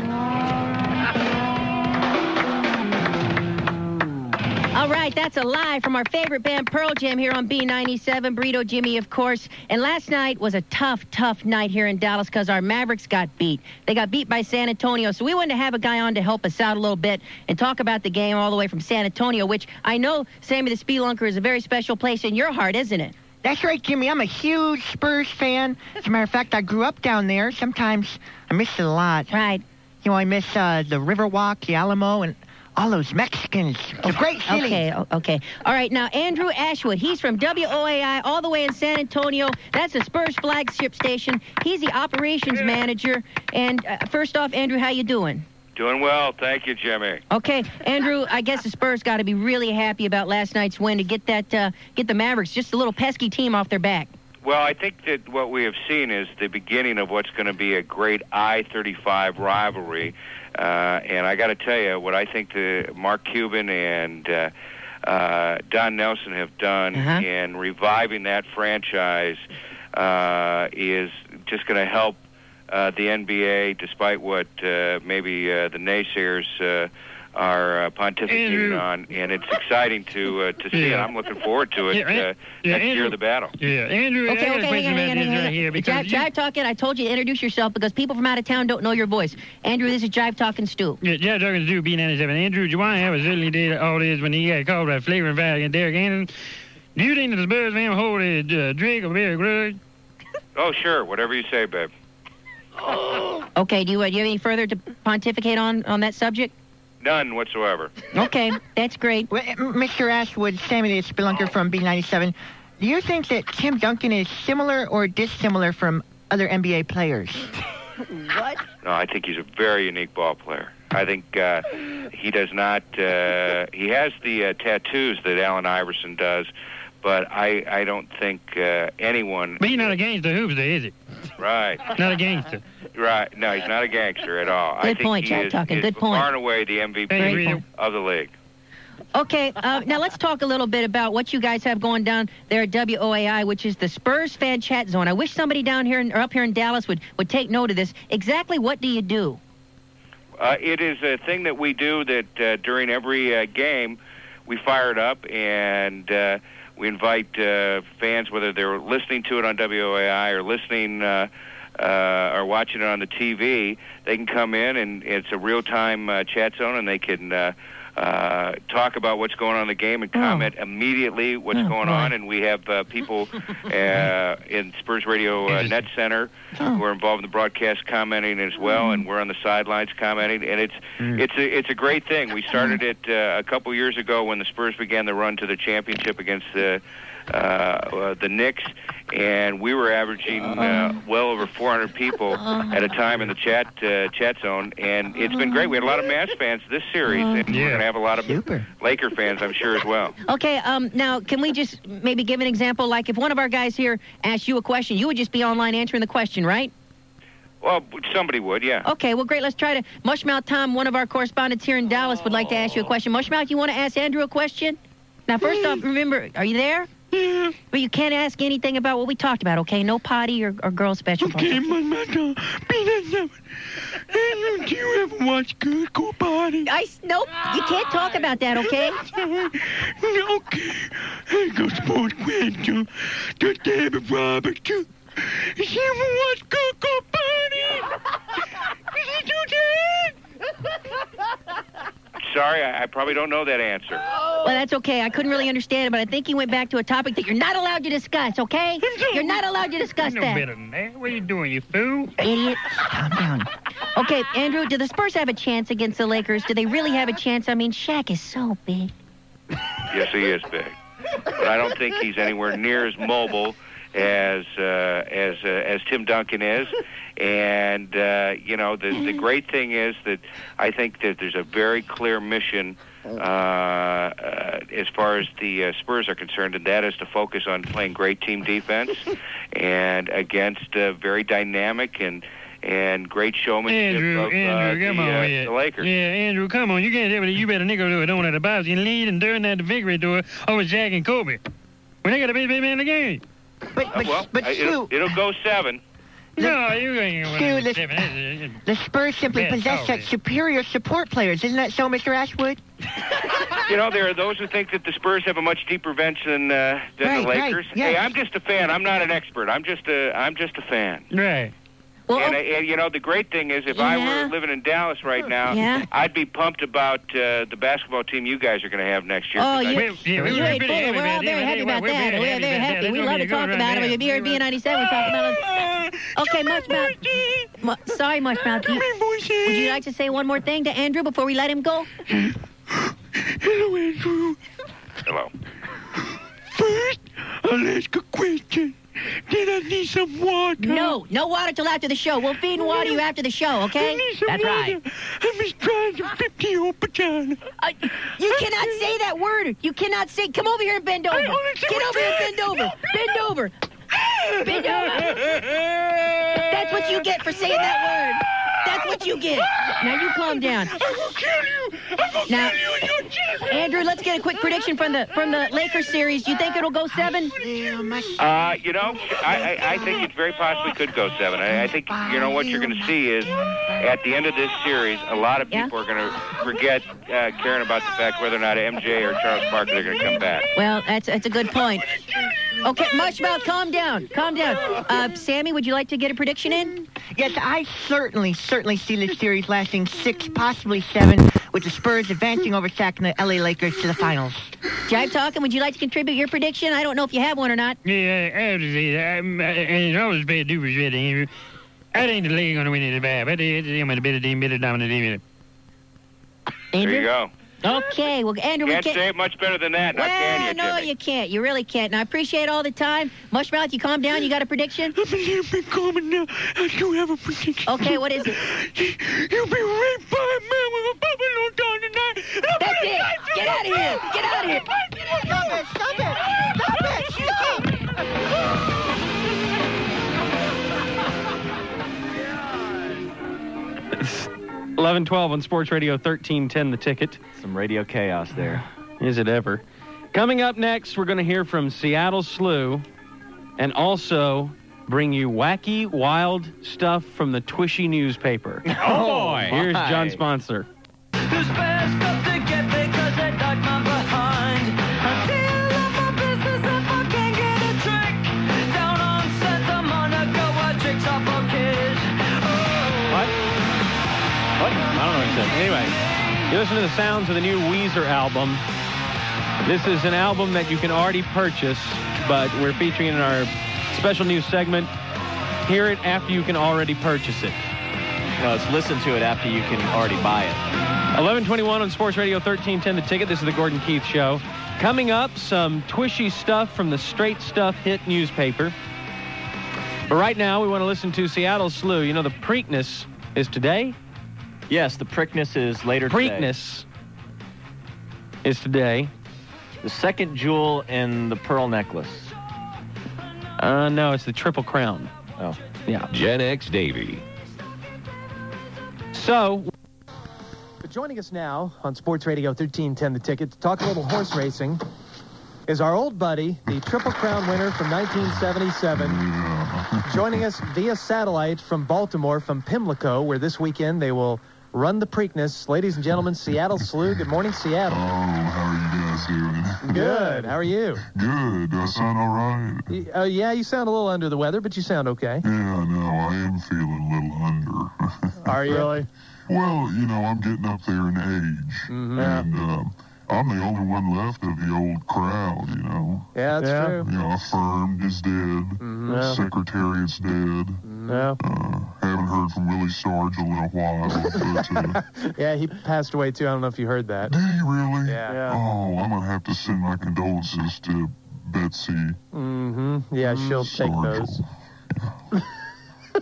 Speaker 10: All right, that's a live from our favorite band Pearl Jam here on B97. Burrito Jimmy, of course. And last night was a tough, tough night here in Dallas because our Mavericks got beat. They got beat by San Antonio. So we wanted to have a guy on to help us out a little bit and talk about the game all the way from San Antonio, which I know, Sammy the Spelunker, is a very special place in your heart, isn't it?
Speaker 11: That's right, Jimmy. I'm a huge Spurs fan. As a matter of fact, I grew up down there. Sometimes I miss it a lot.
Speaker 10: Right.
Speaker 11: You know, I miss uh, the Riverwalk, the Alamo, and all those Mexicans. It's a great city.
Speaker 10: Okay, o- okay. All right, now Andrew Ashwood, he's from WOAI all the way in San Antonio. That's the Spurs flagship station. He's the operations manager. And uh, first off, Andrew, how you doing?
Speaker 12: Doing well, thank you, Jimmy.
Speaker 10: Okay, Andrew, I guess the Spurs got to be really happy about last night's win to get that uh, get the Mavericks just a little pesky team off their back.
Speaker 12: Well, I think that what we have seen is the beginning of what's going to be a great I-35 rivalry. Uh, and I got to tell you, what I think the Mark Cuban and uh, uh, Don Nelson have done
Speaker 13: Uh-huh.
Speaker 12: in reviving that franchise uh, is just going to help uh, the NBA, despite what uh, maybe uh, the naysayers uh, are uh, pontificating on. And it's exciting to uh, to see, it. I'm looking forward to it.
Speaker 10: Yeah,
Speaker 12: Uh,
Speaker 10: yeah,
Speaker 12: next year
Speaker 10: Andrew-
Speaker 12: of the battle.
Speaker 8: Yeah, Andrew,
Speaker 10: okay, okay, hang on, hang on, hang on. Hang on. Jive, Jive Talking, I told you to introduce yourself because people from out of town don't know your voice. Andrew, this is Jive Talking Stu.
Speaker 8: Yeah, yeah, talking to B97. Andrew Juwan, I was certainly did all this when he got called by Flavor and Valley and Derek Annan. Do you think that the Spurs fan hold a uh, drink of beer grudge?
Speaker 12: Oh, sure. Whatever you say, babe.
Speaker 10: Okay, do you, uh, do you have any further to pontificate on on that subject?
Speaker 12: None
Speaker 10: <laughs>
Speaker 12: whatsoever.
Speaker 10: Okay, that's great.
Speaker 11: Well, eh, M- Mr. Ashwood, Sammy the Spelunker from B97. Do you think that Tim Duncan is similar or dissimilar from other
Speaker 12: <laughs>
Speaker 11: NBA players?
Speaker 10: What?
Speaker 12: No, I think he's a very unique ball player. I think uh, he does not. Uh, he has the uh, tattoos that Allen Iverson does, but I I don't think uh,
Speaker 10: <laughs>
Speaker 12: anyone.
Speaker 8: But he's not against the hoops, is he?
Speaker 12: Right.
Speaker 8: Not a gangster.
Speaker 12: Right. No, he's not a gangster at all. I
Speaker 10: Good
Speaker 12: think
Speaker 10: point,
Speaker 12: he
Speaker 10: Jack
Speaker 12: is,
Speaker 10: Tucker.
Speaker 12: is
Speaker 10: Good point.
Speaker 12: Far and away the
Speaker 10: Great
Speaker 12: MVP
Speaker 10: point.
Speaker 12: of the league.
Speaker 10: Okay, uh, now let's talk a little bit about what you guys have going down there at WOAI, which is the Spurs fan chat zone. I wish somebody down here in, or up here in Dallas would, would take note of this. Exactly what do you do?
Speaker 12: Uh, it is a thing that we do that uh, during every uh, game we fire it up and uh, we invite uh, fans, whether they're listening to it on WAI or listening uh, uh, or watching it on the TV, they can come in and it's a real time uh, chat zone and they can. Uh, uh, talk about what's going on in the game and comment immediately what's going on. And we have uh, people uh, in Spurs Radio uh, Net Center who are involved in the broadcast commenting as well, and we're on the sidelines commenting. And it's it's a it's a great thing. We started it uh, a couple years ago when the Spurs began the run to the championship against the. Uh, uh, the Knicks, and we were averaging uh, well over 400 people at a time in the chat uh, chat zone, and it's been great. We had a lot of Mavs fans this series, and we're going to have a lot of Laker fans, I'm sure, as well.
Speaker 10: Okay, um, now can we just maybe give an example? Like if one of our guys here asked you a question, you would just be online answering the question, right?
Speaker 12: Well, somebody would, yeah.
Speaker 10: Okay, well, great. Let's try to. Mushmouth Tom, one of our correspondents here in Dallas, would like to ask you a question. Mushmouth, you want to ask Andrew a question? Now, first off, remember, are you there?
Speaker 7: Mm-hmm.
Speaker 10: Yeah. But you can't ask anything about what we talked about, okay? No potty or, or girl special.
Speaker 7: Okay, my mother, Peter Seven. Andrew, do you ever watch Good Cool Party?
Speaker 10: I, nope, you can't talk about that, okay?
Speaker 7: okay, hey, go sports question. Just David Roberts. Do you ever watch Good Cool Party? Did you do that?
Speaker 12: Sorry, I, I probably don't know that answer.
Speaker 10: Well, that's okay. I couldn't really understand it, but I think he went back to a topic that you're not allowed to discuss, okay? You're not allowed to discuss
Speaker 8: no
Speaker 10: that.
Speaker 8: better than that. What are you doing, you fool?
Speaker 10: Idiot. Calm down. Okay, Andrew, do the Spurs have a chance against the Lakers? Do they really have a chance? I mean, Shaq is so big.
Speaker 12: Yes, he is big, but I don't think he's anywhere near as mobile as uh, as uh, as Tim Duncan is. And uh, you know, the the great thing is that I think that there's a very clear mission uh, uh, as far as the uh, Spurs are concerned, and that is to focus on playing great team defense and against uh, very dynamic and. And great showmanship
Speaker 8: Andrew,
Speaker 12: of uh,
Speaker 8: Andrew, come
Speaker 12: the,
Speaker 8: on
Speaker 12: uh,
Speaker 8: with it.
Speaker 12: the Lakers.
Speaker 8: Yeah, Andrew, come on. You can't have it. You better nigga do it. Don't let the Bobs get lead and during that the victory door over Jack and Kobe. When they got the best man in the game.
Speaker 11: But,
Speaker 12: Uh, well, I- it'll, it'll go seven.
Speaker 8: <laughs> No, you ain't gonna win
Speaker 11: Stu,
Speaker 8: with seven. That's- that's-
Speaker 11: The Spurs simply
Speaker 12: Man,
Speaker 11: possess
Speaker 12: sorry.
Speaker 11: such superior support players. Isn't that so, Mr. Ashwood?
Speaker 12: you know, there are those who think that the Spurs have a much deeper bench than uh, than
Speaker 11: Right,
Speaker 12: the
Speaker 11: right,
Speaker 12: Lakers. Hey, I'm just a fan. I'm not an expert. I'm just a I'm just a fan.
Speaker 8: Right.
Speaker 12: and, I- and you know, the great thing is, if I were living in Dallas right now,
Speaker 10: Yeah.
Speaker 12: I'd be pumped about uh, the basketball team you guys are going to have next year.
Speaker 10: Oh,
Speaker 12: 'cause I-
Speaker 10: you, you ain't bullet. We're all very happy about that. We're very happy. We love to talk about it. We're BRB 97. We talk about it. Okay, Mushmouth. Mu- Sorry, Mushmouth. You- Would you like to say one more thing to Andrew before we let him go?
Speaker 7: Hello, Andrew.
Speaker 12: Hello.
Speaker 7: First, I'll ask a question. Then I need some water.
Speaker 10: No, no water till after the show. We'll feed and water you after the show, okay? That's right. Uh,
Speaker 7: I'm as dry as a 50 year old banana.
Speaker 10: You cannot say that word. You cannot say. Come over here and bend over. Get over here and bend over. Bend over.
Speaker 7: <laughs>
Speaker 10: Bend over. That's what you get for saying that word. That's what you get. Now you calm down. Now, Andrew, let's get a quick prediction from the from the Lakers series. Do you think it'll go seven?
Speaker 12: Uh, you know, I, I, I think it very possibly could go seven. I, I think you know what you're going to see is at the end of this series, a lot of people are going to forget uh, caring about the fact whether or not MJ or Charles Barkley are going to come back.
Speaker 10: Well, that's that's a good point. Okay, Mushmouth, calm down. Calm down. Uh, Sammy, would you like to get a prediction in?
Speaker 11: Yes, I certainly, certainly see this series lasting six, possibly seven, with the Spurs advancing over Shaq and the LA Lakers to the finals.
Speaker 10: Jive Talking, would you like to contribute your prediction? I don't know if you have one or not.
Speaker 8: Yeah, I have to say that. I'm, I, and I was bad duper shit, Andrew. I think the league gonna win it bad. But they, they're gonna be the team, be the dominant team.
Speaker 12: There you go.
Speaker 10: Okay, well, Andrew, we
Speaker 12: Can't
Speaker 10: can't.
Speaker 12: say it much better than that. Now,
Speaker 10: Well,
Speaker 12: can you,
Speaker 10: no,
Speaker 12: Jimmy?
Speaker 10: you can't. You really can't. And I appreciate all the time. Mushmouth, you calm down. You got a prediction?
Speaker 7: I believe in common now. I do have a prediction.
Speaker 10: Okay, what is it?
Speaker 7: You'll be right by a man with a buffalo down tonight. That's it.
Speaker 10: Get out of here. Get out of here.
Speaker 7: Stop it. Stop it. Stop it. Stop.
Speaker 3: Eleven twelve on Sports Radio 1310, the ticket. Some radio chaos there. Is it ever? Coming up next, we're going to hear from Seattle Slew and also bring you wacky, wild stuff from the Twishy newspaper.
Speaker 9: Oh, boy.
Speaker 3: Here's
Speaker 9: my.
Speaker 3: John Sponsor.
Speaker 9: Who's fast up to get there 'cause I dug my behind. I feel up my business if I can get a trick. Down on set, the Monaco, I tricks off a kid.
Speaker 3: What? What? I don't know what he said. Anyway, you listen to the sounds of the new Weezer album. This is an album that you can already purchase, but we're featuring it in our special news segment. Hear it after you can already purchase it.
Speaker 4: No, it's listen to it after you can already buy it.
Speaker 3: 1121 on Sports Radio 1310 The Ticket. This is the Gordon Keith Show. Coming up, some twishy stuff from the Straight Stuff hit newspaper. But right now, we want to listen to Seattle Slew. You know, the Preakness is today.
Speaker 4: Yes, the Prickness is later
Speaker 3: Preakness is today.
Speaker 4: The second jewel in the pearl necklace.
Speaker 3: Uh, no, it's the Triple Crown.
Speaker 4: Oh.
Speaker 3: Yeah.
Speaker 13: Gen X Davy.
Speaker 3: So.
Speaker 6: Joining us now on Sports Radio 1310 The Ticket to talk a little horse racing is our old buddy, the Triple Crown winner from 1977, joining us via satellite from Baltimore, from Pimlico, where this weekend they will run the Preakness. Ladies and gentlemen, Seattle Slew. Good morning, Seattle. Oh,
Speaker 14: how are you guys doing?
Speaker 6: Good. How are you?
Speaker 14: Good. Do I sound all right?
Speaker 6: Y- Uh, yeah, you sound a little under the weather, but you sound okay.
Speaker 14: Yeah, no, I am feeling a little under. <laughs>
Speaker 6: Are you really?
Speaker 14: Well, you know, I'm getting up there in age,
Speaker 6: Mm-hmm.
Speaker 14: and um, I'm the only one left of the old crowd. You know.
Speaker 6: Yeah, that's Yeah. true. Mm-hmm.
Speaker 14: You know, affirmed is dead.
Speaker 6: Yeah.
Speaker 14: Secretariat's dead. Uh,
Speaker 6: No.
Speaker 14: Haven't heard from Willie Sargent in a while. but, uh,
Speaker 6: Yeah, he passed away too. I don't know if you heard that.
Speaker 14: Did he really?
Speaker 6: <laughs> Yeah.
Speaker 14: Oh, I'm gonna have to send my condolences to Betsy.
Speaker 6: Mm-hmm. Yeah, she'll take those.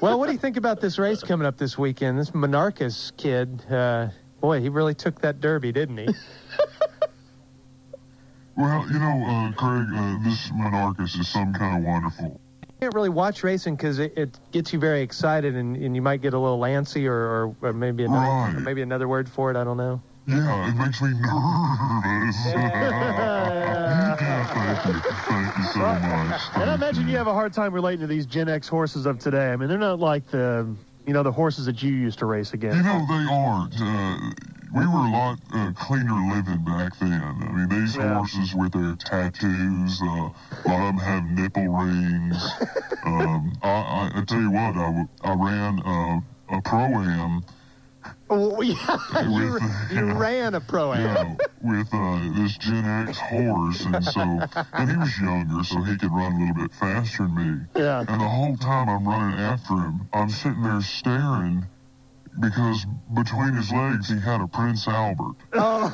Speaker 6: well, what do you think about this race coming up this weekend? This Monarchus kid, uh, boy, he really took that derby, didn't he?
Speaker 14: Well, you know, uh, Craig, uh, this Monarchus is some kind of wonderful.
Speaker 6: can't really watch racing because it, it gets you very excited, and, and you might get a little lancy, or, or, or maybe another or maybe another word for it. I don't know.
Speaker 14: Yeah, it makes me nervous.
Speaker 7: <laughs>
Speaker 14: Thank you so much.
Speaker 15: And I imagine you have a hard time relating to these Gen X horses of today. I mean, they're not like the, you know, the horses that you used to race against.
Speaker 14: You know, they aren't. Uh, we were a lot uh, cleaner living back then. I mean, these horses with their tattoos, uh, a lot of them have nipple
Speaker 6: <laughs>
Speaker 14: rings. um, I, I, I tell you what, I, w- I ran uh, a pro-am
Speaker 6: Oh, yeah, <laughs> you, you ran a pro am.
Speaker 14: with uh, this Gen X horse, and so and he was younger, so he could run a little bit faster than me.
Speaker 15: Yeah.
Speaker 14: And the whole time I'm running after him, I'm sitting there staring because between his legs he had a Prince Albert.
Speaker 15: Oh.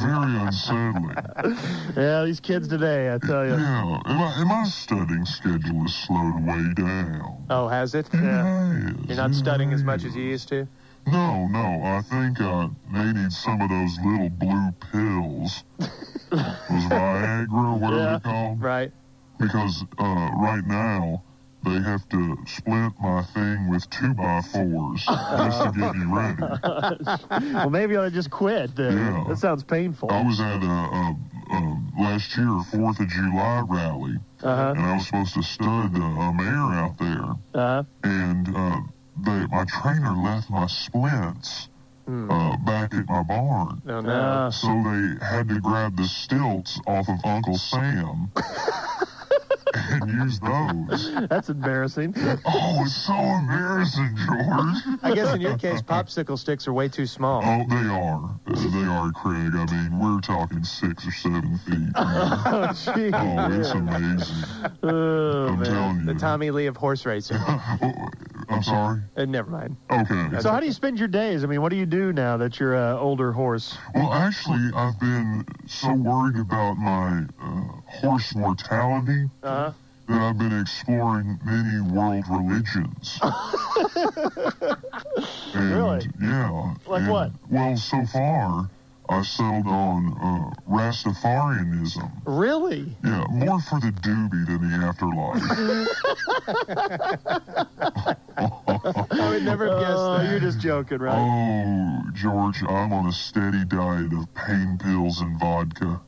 Speaker 14: Very unsettling.
Speaker 15: <laughs> yeah, these kids today, I tell you.
Speaker 14: Yeah. And my, and my studying schedule is slowed way down.
Speaker 6: Oh, has it?
Speaker 14: Yeah.
Speaker 6: You're not studying as much as you used to.
Speaker 14: No, no, I think uh, they need some of those little blue pills. those Viagra, whatever they're called.
Speaker 6: Right.
Speaker 14: Because uh, right now, they have to split my thing with two by fours just to get you ready.
Speaker 15: <laughs> well, maybe I just quit. Then. That sounds painful.
Speaker 14: I was at a, a, a last year Fourth of July rally,
Speaker 15: Uh-huh.
Speaker 14: and I was supposed to stud uh, a mare out there,
Speaker 15: Uh-huh.
Speaker 14: and uh, they, my trainer left my splints
Speaker 15: Hmm.
Speaker 14: uh, back at my barn. Uh,
Speaker 6: Oh, no.
Speaker 14: So they had to grab the stilts off of Uncle Sam
Speaker 15: <laughs>
Speaker 14: and use those.
Speaker 15: That's embarrassing.
Speaker 14: Oh, it's so embarrassing, George.
Speaker 6: I guess in your
Speaker 14: <laughs>
Speaker 6: case, popsicle sticks are way too small.
Speaker 14: Oh, they are. Uh, they are, Craig. I mean, we're talking six or seven
Speaker 15: <laughs>
Speaker 14: feet.
Speaker 6: <laughs> oh, gee.
Speaker 14: Oh, it's amazing.
Speaker 6: Oh, man. The Tommy Lee of horse racing.
Speaker 14: <laughs> I'm sorry?
Speaker 6: Uh,
Speaker 14: <laughs>
Speaker 6: never mind.
Speaker 14: Okay.
Speaker 15: So, how do you spend your days? I mean, what do you do now that you're an older horse? <laughs>
Speaker 14: Well, actually, I've been so worried about my uh, horse mortality
Speaker 15: Uh-huh.
Speaker 14: that I've been exploring many world
Speaker 15: <laughs>
Speaker 14: religions. and,
Speaker 15: Really?
Speaker 14: Yeah.
Speaker 15: Like
Speaker 14: and-
Speaker 15: what?
Speaker 14: Well, so far, I settled on uh, Rastafarianism.
Speaker 7: <laughs>
Speaker 15: Really?
Speaker 14: Yeah, more for the <laughs>
Speaker 15: <laughs>
Speaker 14: doobie than the afterlife.
Speaker 15: I would never have guessed that. Oh, You're just joking, right?
Speaker 14: Oh, George, I'm on a steady diet of pain pills and vodka.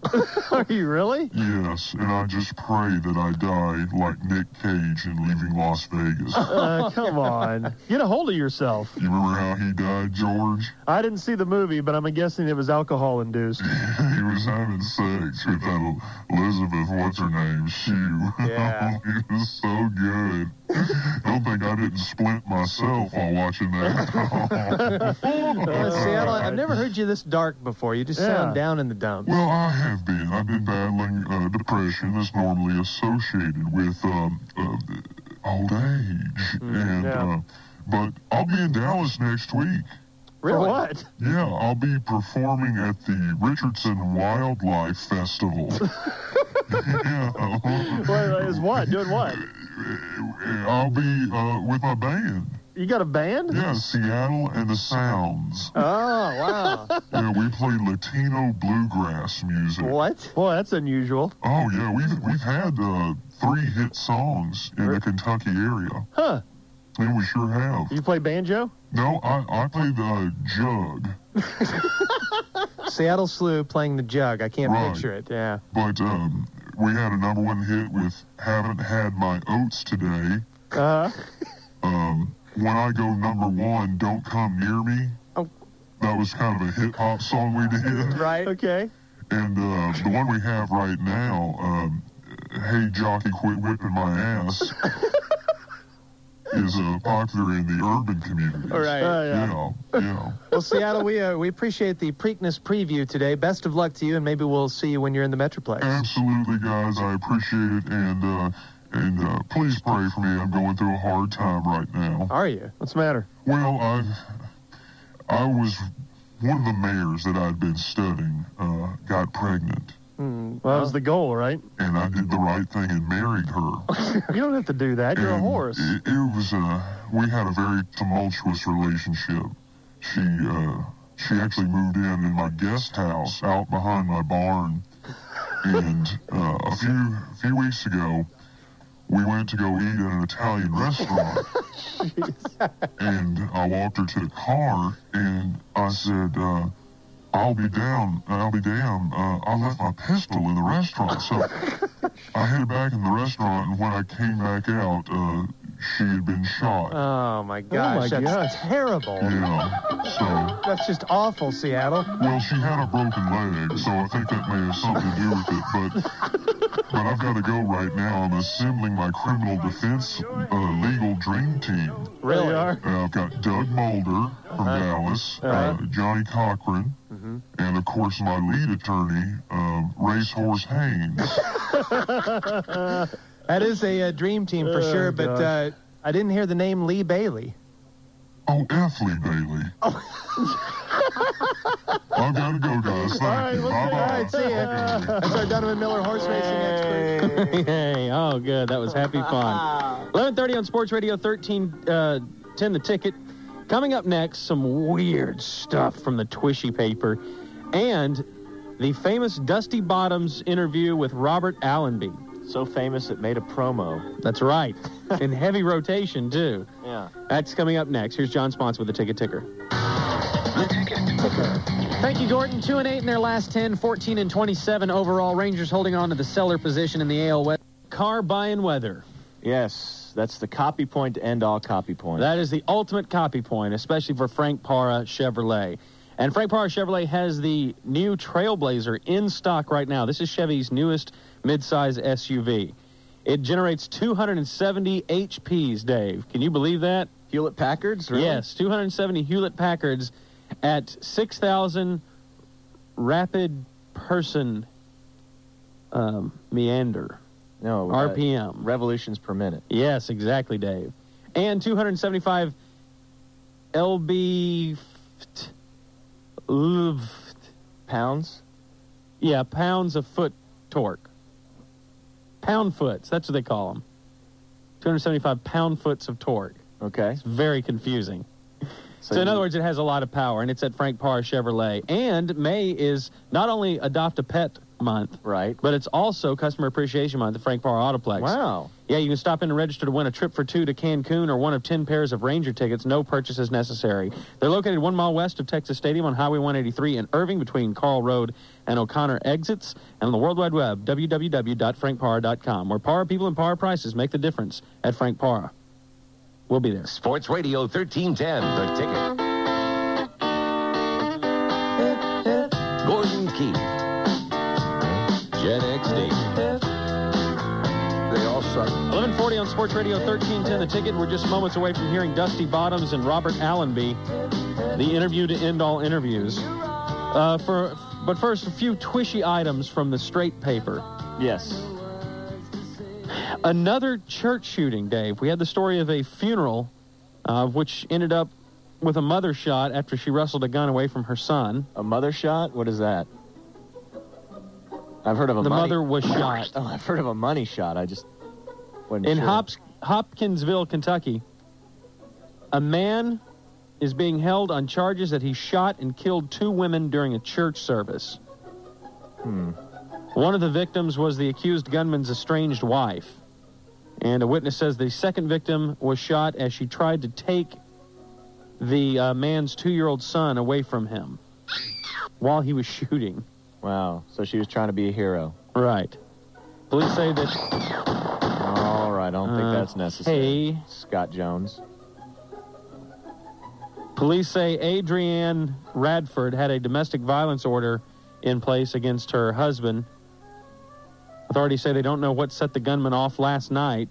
Speaker 15: Are you really?
Speaker 14: Yes, and I just pray that I die like Nick Cage in Leaving Las Vegas.
Speaker 15: <laughs> Uh, come on. Get a hold of yourself.
Speaker 14: You remember how he died, George?
Speaker 15: I didn't see the movie, but I'm guessing it was alcohol induced.
Speaker 14: <laughs> He was having sex with that Elizabeth, what's her name, <laughs> Shue.
Speaker 15: Yeah.
Speaker 14: it was so good. <laughs> Don't think I didn't splint myself while watching
Speaker 15: <laughs>
Speaker 14: that. <laughs>
Speaker 6: Uh, Seattle, <laughs> I've never heard you this dark before. You just sound
Speaker 14: Yeah.
Speaker 6: down in the dumps.
Speaker 14: Well, I have been. I've been battling uh, depression that's normally associated with um, uh, old age.
Speaker 15: Hmm,
Speaker 14: and, uh, but I'll be in Dallas next week.
Speaker 15: Really? what?
Speaker 14: Yeah, I'll be performing at the Richardson Wildlife Festival.
Speaker 15: <laughs>
Speaker 14: uh,
Speaker 15: Wait, is what? Doing what?
Speaker 14: I'll be uh, with my band.
Speaker 15: You got a band?
Speaker 14: Yeah, Seattle and the Sounds.
Speaker 15: Oh, wow.
Speaker 14: Yeah, we play Latino bluegrass music.
Speaker 15: What? Well, that's unusual.
Speaker 14: Oh yeah, we've we've had uh, three hit songs in the Kentucky area.
Speaker 15: Huh.
Speaker 14: Yeah, we sure have.
Speaker 15: You
Speaker 14: <laughs>
Speaker 15: play banjo?
Speaker 14: No, I I play the jug,
Speaker 6: Seattle Slew playing the jug. I can't
Speaker 14: Right.
Speaker 6: picture it. Yeah.
Speaker 14: but um, we had a number one hit with "Haven't Had My Oats Today."
Speaker 15: Uh,
Speaker 14: <laughs> Um, when I go number one, don't come near me.
Speaker 6: Oh.
Speaker 14: That was kind of a hip hop song we did.
Speaker 6: Right.
Speaker 15: Okay.
Speaker 14: And uh, the one we have right now, um, "Hey Jockey, Quit Whipping My Ass," is uh, popular in the urban communities.
Speaker 6: All right. Oh,
Speaker 14: yeah,
Speaker 6: yeah.
Speaker 14: yeah.
Speaker 6: Well, Seattle, we uh, we appreciate the Preakness preview today. Best of luck to you, and maybe we'll see you when you're in the Metroplex.
Speaker 14: Absolutely, guys. I appreciate it, and uh, and uh, please pray for me. I'm going through a hard time right now.
Speaker 6: Are you?
Speaker 15: What's the matter?
Speaker 14: Well, I I was one of the mayors that I'd been studying uh, got pregnant,
Speaker 15: well, that was the goal, right?
Speaker 14: and I did the right thing and married her.
Speaker 15: you don't have to do that. You're a horse.
Speaker 14: It, it was uh, we had a very tumultuous relationship. She uh, she actually moved in in my guest house out behind my barn, and uh, a few a few weeks ago, we went to go eat at an Italian restaurant, and I walked her to the car, and I said. Uh, I'll be down. I'll be down. Uh, I left my pistol in the restaurant, so I headed back in the restaurant. And when I came back out, uh, she had been shot.
Speaker 6: Oh my gosh,
Speaker 14: my
Speaker 6: that's
Speaker 14: gosh.
Speaker 6: terrible.
Speaker 14: Yeah. So
Speaker 6: That's just awful, Seattle. <laughs>
Speaker 14: well, she had a broken leg, so I think that may have something to do with it. But but I've got to go right now. I'm assembling my criminal defense uh, legal dream team.
Speaker 15: Really? are?
Speaker 14: Uh, I've got Doug Mulder from
Speaker 3: Uh-huh.
Speaker 14: Dallas, uh, Johnny Cochran,
Speaker 3: Mm-hmm.
Speaker 14: and of course my lead attorney, uh, Racehorse Haynes.
Speaker 6: That is a, uh dream team for
Speaker 14: Oh,
Speaker 6: sure, but uh,
Speaker 14: gosh.
Speaker 6: I didn't hear the name Lee Bailey.
Speaker 14: Oh, F. Lee Bailey.
Speaker 3: Oh. <laughs>
Speaker 14: I've got to go, guys. Thank you. Bye bye.
Speaker 6: see ya. That's our Donovan Miller horse
Speaker 3: <laughs>
Speaker 6: racing expert.
Speaker 3: Hey, oh, good. That was happy fun. 11:30 on Sports Radio 13, uh, 10 the ticket. Coming up next, some weird stuff from the Twishy paper, and the famous Dusty Bottoms interview with Robert Allenby.
Speaker 4: So famous it made a promo.
Speaker 3: That's right, in heavy rotation too.
Speaker 4: Yeah.
Speaker 3: That's coming up next. Here's John Spons with the ticket ticker.
Speaker 13: Frankie Gordon, 2 and 8 in their last 10, 14 and 27 overall. Rangers holding on to the cellar position in the AL West.
Speaker 3: Car buying weather.
Speaker 4: Yes, that's the copy point to end all copy points.
Speaker 3: That is the ultimate copy point, especially for Frank Para Chevrolet. And Frank Para Chevrolet has the new Trailblazer in stock right now. This is Chevy's newest midsize SUV. It generates 270 HPs, Dave. Can you believe that?
Speaker 4: Hewlett Packards, really?
Speaker 3: Yes, 270 Hewlett Packards at 6,000 rapid person um, meander.
Speaker 4: No, uh,
Speaker 3: RPM.
Speaker 4: revolutions per minute.
Speaker 3: Yes, exactly, Dave. And 275 LB ft- lv-
Speaker 4: pounds.
Speaker 3: Yeah, pounds of foot torque. Pound foots, that's what they call them. 275 pound foots of torque.
Speaker 4: Okay. It's
Speaker 3: very confusing. So,
Speaker 4: So
Speaker 3: in
Speaker 4: you-
Speaker 3: other words, it has a lot of power, and it's at Frank Parr Chevrolet. And May is not only adopt a pet month. Right. But it's also Customer Appreciation Month at Frank Power Autoplex. Wow. Yeah, you can stop in and register to win a trip for two to Cancun or one of 10 pairs of Ranger tickets. No purchase is necessary. They're located one mile west of Texas Stadium on Highway 183 in Irving between Carl Road and O'Connor exits. And on the World Wide Web, www.frankpara.com, where power people and power prices make the difference at Frank Para. We'll be there.
Speaker 16: Sports Radio 1310, the ticket. Gordon Key.
Speaker 3: Gen X They all suck. 1140 on Sports Radio 1310 The Ticket. We're just moments away from hearing Dusty Bottoms and Robert Allenby, the interview to end all interviews. Uh, for, but first, a few twishy items from the straight paper. Yes. Another church shooting, Dave. We had the story of a funeral, uh, which ended up with a mother shot after she wrestled a gun away from her son. A mother shot? What is that?
Speaker 4: I've heard of a
Speaker 3: the
Speaker 4: money-
Speaker 3: mother was shot.
Speaker 4: Oh, I've heard of a money shot. I just wasn't
Speaker 3: In
Speaker 4: sure.
Speaker 3: Hops- Hopkinsville, Kentucky, a man is being held on charges that he shot and killed two women during a church service.
Speaker 4: Hmm.
Speaker 3: One of the victims was the accused gunman's estranged wife. And a witness says the second victim was shot as she tried to take the uh, man's two year old son away from him while he was shooting.
Speaker 4: Wow. So she was trying to be a hero.
Speaker 3: Right. Police say that.
Speaker 4: All right. I don't think
Speaker 3: Uh,
Speaker 4: that's necessary.
Speaker 3: hey.
Speaker 4: Scott Jones.
Speaker 3: Police say Adrienne Radford had a domestic violence order in place against her husband. Authorities say they don't know what set the gunman off last night,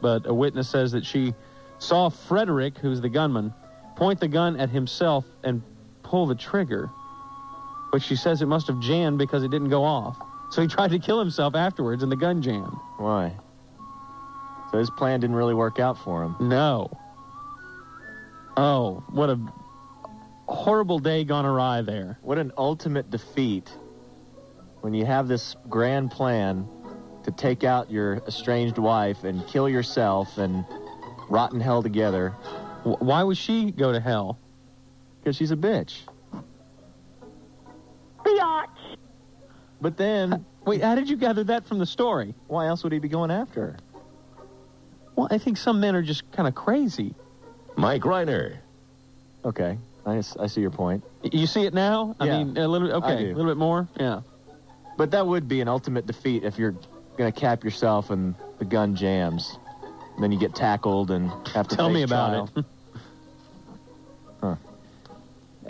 Speaker 3: but a witness says that she saw Frederick, who's the gunman, point the gun at himself and pull the trigger, which she says it must have jammed because it didn't go off. So he tried to kill himself afterwards, and the gun jammed.
Speaker 4: Why? So his plan didn't really work out for him.
Speaker 3: No. Oh, what a horrible day gone awry there.
Speaker 4: What an ultimate defeat when you have this grand plan to take out your estranged wife and kill yourself and rot in hell together.
Speaker 3: Why would she go to hell?
Speaker 4: Because she's a bitch. But then.
Speaker 3: Uh, Wait, how did you gather that from the story?
Speaker 4: Why else would he be going after her?
Speaker 3: Well, I think some men are just kind of crazy.
Speaker 16: Mike Reiner.
Speaker 4: Okay. I, s- I see your point.
Speaker 3: You see it now? I
Speaker 4: Yeah,
Speaker 3: mean, a little bit.
Speaker 4: I
Speaker 3: Okay,
Speaker 4: do.
Speaker 3: a little bit more. Yeah.
Speaker 4: But that would be an ultimate defeat if you're going to cap yourself and the gun jams. And then you get tackled and have to
Speaker 3: Tell
Speaker 4: face
Speaker 3: me
Speaker 4: trial.
Speaker 3: about it. <laughs>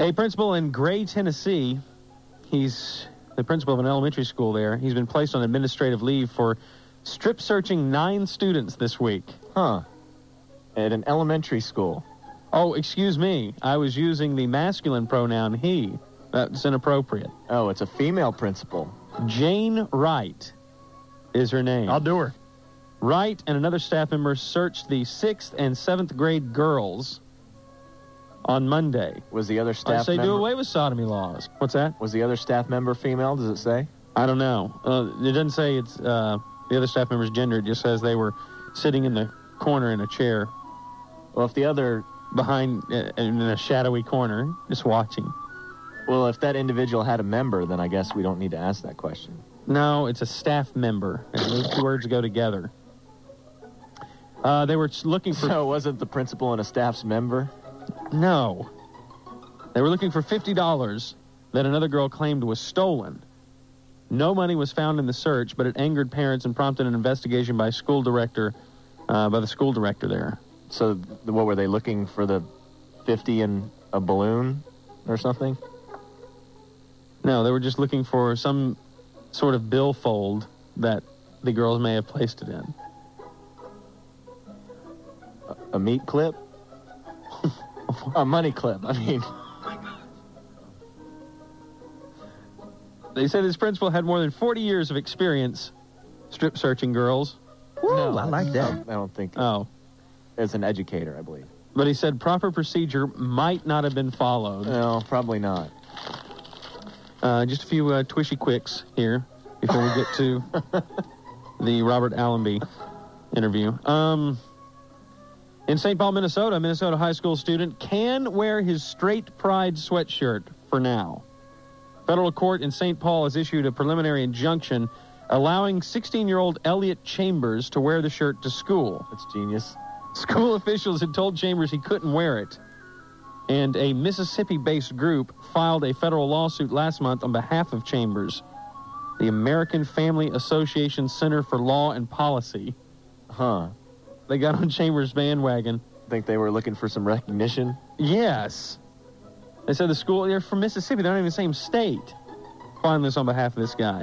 Speaker 3: A principal in Gray, Tennessee, he's the principal of an elementary school there. He's been placed on administrative leave for strip searching nine students this week.
Speaker 4: Huh. At an elementary school.
Speaker 3: Oh, excuse me. I was using the masculine pronoun he. That's inappropriate.
Speaker 4: Oh, it's a female principal.
Speaker 3: Jane Wright is her name. I'll
Speaker 17: do her.
Speaker 3: Wright and another staff member searched the sixth and seventh grade girls on Monday.
Speaker 4: Was the other staff
Speaker 3: they do
Speaker 4: member-
Speaker 3: away with sodomy laws. What's that?
Speaker 4: Was the other staff member female? Does it say?
Speaker 3: I don't know. Uh, it doesn't say it's uh, the other staff member's gender. It just says they were sitting in the corner in a chair.
Speaker 4: Well, if the other
Speaker 3: behind uh, in a shadowy corner, just watching.
Speaker 4: Well, if that individual had a member, then I guess we don't need to ask that question.
Speaker 3: No, it's a staff member, and those two words go together. Uh, they were looking for.
Speaker 4: So it wasn't the principal and a staff's member?
Speaker 3: No. They were looking for $50 that another girl claimed was stolen. No money was found in the search, but it angered parents and prompted an investigation by school director, uh, by the school director there.
Speaker 4: So th- what were they looking for the 50 and a balloon or something?
Speaker 3: No, they were just looking for some sort of billfold that the girls may have placed it in.
Speaker 4: A meat
Speaker 3: <laughs>
Speaker 4: clip? a money clip. I mean,
Speaker 3: They said his principal had more than 40 years of experience strip searching girls.
Speaker 4: Woo, I like that. I don't think
Speaker 3: Oh.
Speaker 4: as an educator, I believe.
Speaker 3: But he said proper procedure might not have been followed.
Speaker 4: No, probably not.
Speaker 3: Uh, just a few uh, twishy quicks here before we get
Speaker 4: <laughs>
Speaker 3: to the Robert Allenby interview. Um, in St. Paul, Minnesota, a Minnesota high school student can wear his straight pride sweatshirt for now. Federal court in St. Paul has issued a preliminary injunction allowing 16 year old Elliot Chambers to wear the shirt to school. That's genius. School <laughs> officials had told Chambers he couldn't wear it. And a Mississippi based group filed a federal lawsuit last month on behalf of Chambers, the American Family Association Center for Law and Policy. Huh. They got on Chambers' bandwagon.
Speaker 4: Think they were looking for some recognition?
Speaker 3: Yes. They said the school, they're from Mississippi, they're not even the same state. Find this on behalf of this guy.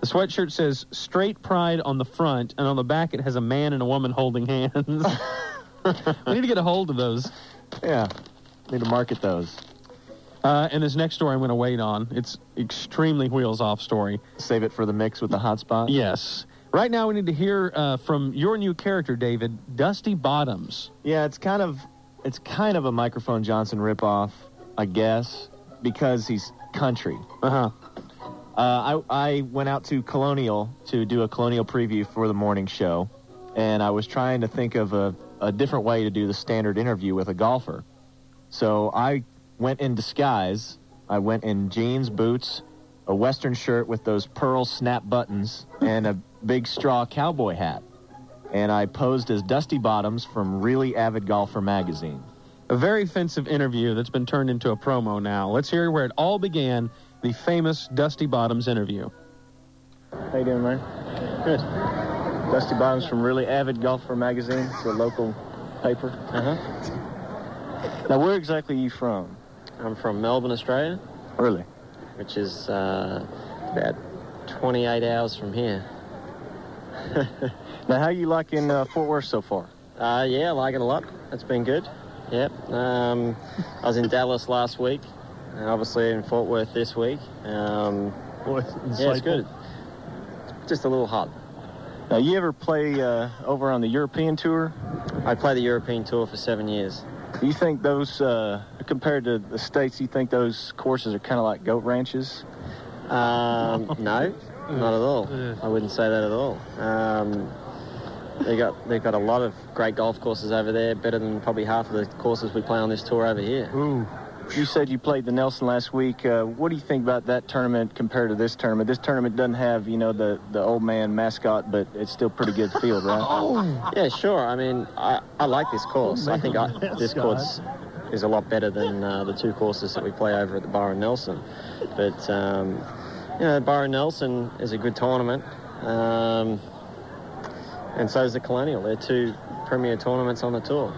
Speaker 3: The sweatshirt says straight pride on the front, and on the back it has a man and a woman holding <laughs> hands. we need to get a hold of those. Yeah, need to market those. Uh, and this next story I'm going to wait on. It's extremely wheels off story. Save it for the mix with the hotspot. Yes. Right now we need to hear uh, from your new character, David, Dusty Bottoms.
Speaker 4: Yeah, it's kind of it's kind of a microphone Johnson ripoff, I guess, because he's country. Uh-huh. Uh I I went out to Colonial to do a Colonial preview for the morning show, and I was trying to think of a, a different way to do the standard interview with a golfer. So I went in disguise. I went in jeans, boots, a western shirt with those pearl snap buttons, and a big straw cowboy hat. And I posed as Dusty Bottoms from Really Avid Golfer magazine.
Speaker 3: A very offensive interview that's been turned into a promo now. Let's hear where it all began the famous Dusty Bottoms interview.
Speaker 6: How you doing, man? Good. Dusty Bottoms from Really Avid Golfer magazine. It's a local paper. Uh-huh. Now, where exactly are you from?
Speaker 18: I'm from Melbourne, Australia,
Speaker 6: Really?
Speaker 18: which is uh, about 28 hours from here.
Speaker 6: <laughs> Now, how you liking uh, Fort Worth so far?
Speaker 18: Uh, yeah, I like it a lot. It's been good. Yep. Um, I was in Dallas last week, and obviously in Fort Worth this week. Um, yeah, it's
Speaker 6: insightful.
Speaker 18: good. Just a little hot.
Speaker 6: Now, you ever play uh, over on the European tour?
Speaker 18: I played the European tour for seven years.
Speaker 6: Do you think those, uh, compared to the states, you think those courses are kind of like goat ranches?
Speaker 18: Um, no, not at all. I wouldn't say that at all. Um, they got they've got a lot of great golf courses over there, better than probably half of the courses we play on this tour over here.
Speaker 6: Ooh. You said you played the Nelson last week. Uh, what do you think about that tournament compared to this tournament? This tournament doesn't have, you know, the, the old man mascot, but it's still pretty good field, <laughs> right?
Speaker 18: Yeah, sure. I mean, I, I like this course. I think I, this course is a lot better than uh, the two courses that we play over at the Byron Nelson. But, um, you know, Byron Nelson is a good tournament. Um, and so is the Colonial. They're two premier tournaments on the tour.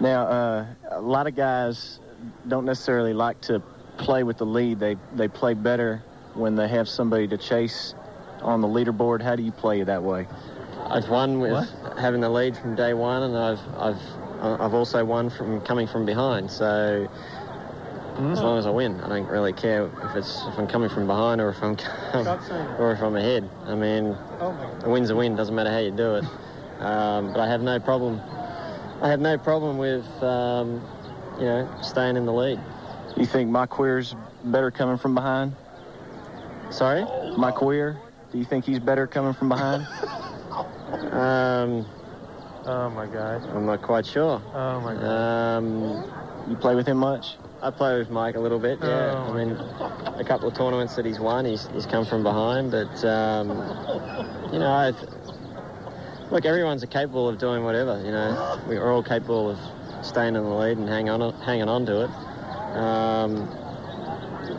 Speaker 6: Now, uh, a lot of guys don't necessarily like to play with the lead. They they play better when they have somebody to chase on the leaderboard. How do you play that way?
Speaker 18: I've won with having the lead from day one, and I've I've uh, I've also won from coming from behind. So as long as I win, I don't really care if it's if I'm coming from behind or if I'm <laughs> or if I'm ahead. I mean, a win's a win. Doesn't matter how you do it. Um, but I have no problem. I have no problem with um, you know staying in the lead.
Speaker 6: You think my queer's better coming from behind?
Speaker 18: Sorry?
Speaker 6: My queer? Do you think he's better coming from behind?
Speaker 18: <laughs> Um,
Speaker 6: oh my god.
Speaker 18: I'm not quite sure.
Speaker 6: Oh my god.
Speaker 18: Um,
Speaker 6: you play with him much?
Speaker 18: I play with Mike a little bit. Yeah,
Speaker 6: Oh
Speaker 18: I mean, a couple of tournaments that he's won, he's, he's come from behind. But um, you know, I th- look, everyone's capable of doing whatever. You know, we're all capable of staying in the lead and hang on, hanging on to it. Um,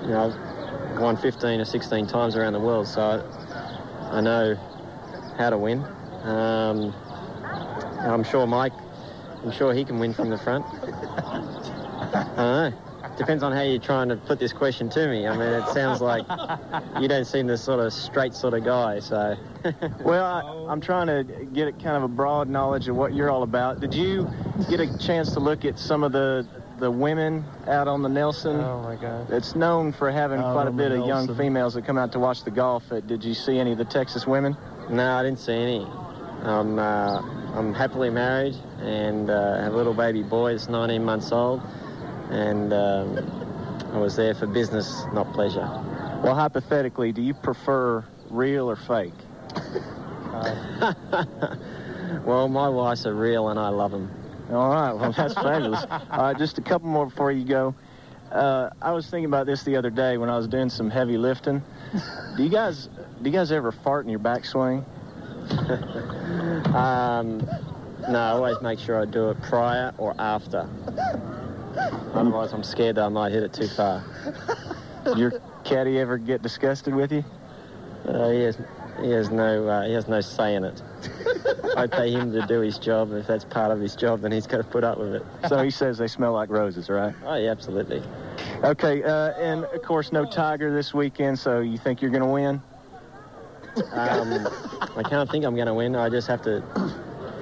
Speaker 18: you know, I've won 15 or 16 times around the world, so I, I know how to win. Um, and I'm sure Mike, I'm sure he can win from the front. I don't know. Depends on how you're trying to put this question to me. I mean, it sounds like you don't seem the sort of straight sort of guy, so.
Speaker 6: Well, I, I'm trying to get a kind of a broad knowledge of what you're all about. Did you get a chance to look at some of the the women out on the Nelson? Oh my God! It's known for having
Speaker 4: Oh,
Speaker 19: Out
Speaker 6: quite a
Speaker 19: on the
Speaker 6: bit of young
Speaker 19: Nelson.
Speaker 6: females that come out to watch the golf. Uh, Did you see any of the Texas women?
Speaker 18: No, I didn't see any. I'm, uh, I'm happily married and uh, have a little baby boy that's 19 months old, and um, I was there for business, not pleasure.
Speaker 6: Well, hypothetically, do you prefer real
Speaker 18: <laughs>
Speaker 6: or fake? Uh,
Speaker 18: Well, my wife's a real and I love them. <laughs>
Speaker 6: All right, well, that's fabulous. All right, just a couple more before you go.
Speaker 20: Uh, I was thinking about this the other day when I was doing some heavy
Speaker 18: <laughs>
Speaker 20: lifting. Do you guys do you guys ever fart in your backswing?
Speaker 18: Um, no, I always make sure I do it prior or after.
Speaker 20: Otherwise, I'm scared that I might hit it too far. <laughs> Your caddy ever get disgusted with you?
Speaker 18: Uh, he has, he has no, uh, he has no
Speaker 20: <laughs>
Speaker 18: say in it. I pay him to do his job, and if that's part of his job, then he's got to put up with it.
Speaker 20: So he says they smell like roses, right?
Speaker 18: Oh, yeah, absolutely.
Speaker 20: Okay, uh, and of course, no Tiger this weekend, so you think you're going to win?
Speaker 18: Um, I can't think I'm going to win. I just have to.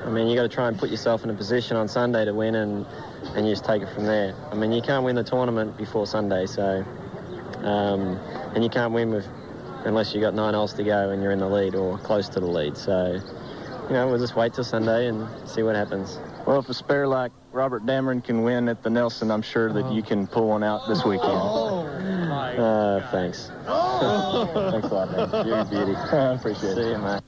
Speaker 18: I mean, you got to try and put yourself in a position on Sunday to win, and and you just take it from there. I mean, you can't win the tournament before Sunday, so um, and you can't win with unless you got nine holes to go and you're in the lead or close to the lead. So you know, we'll just wait till Sunday and see what happens.
Speaker 20: Well, if a spare like Robert Dameron can win at the Nelson, I'm sure that you can pull one out this weekend.
Speaker 18: Uh,
Speaker 20: <laughs>
Speaker 18: thanks.
Speaker 20: Thanks a lot, man. You're a <laughs> beauty. Appreciate it. See you, man.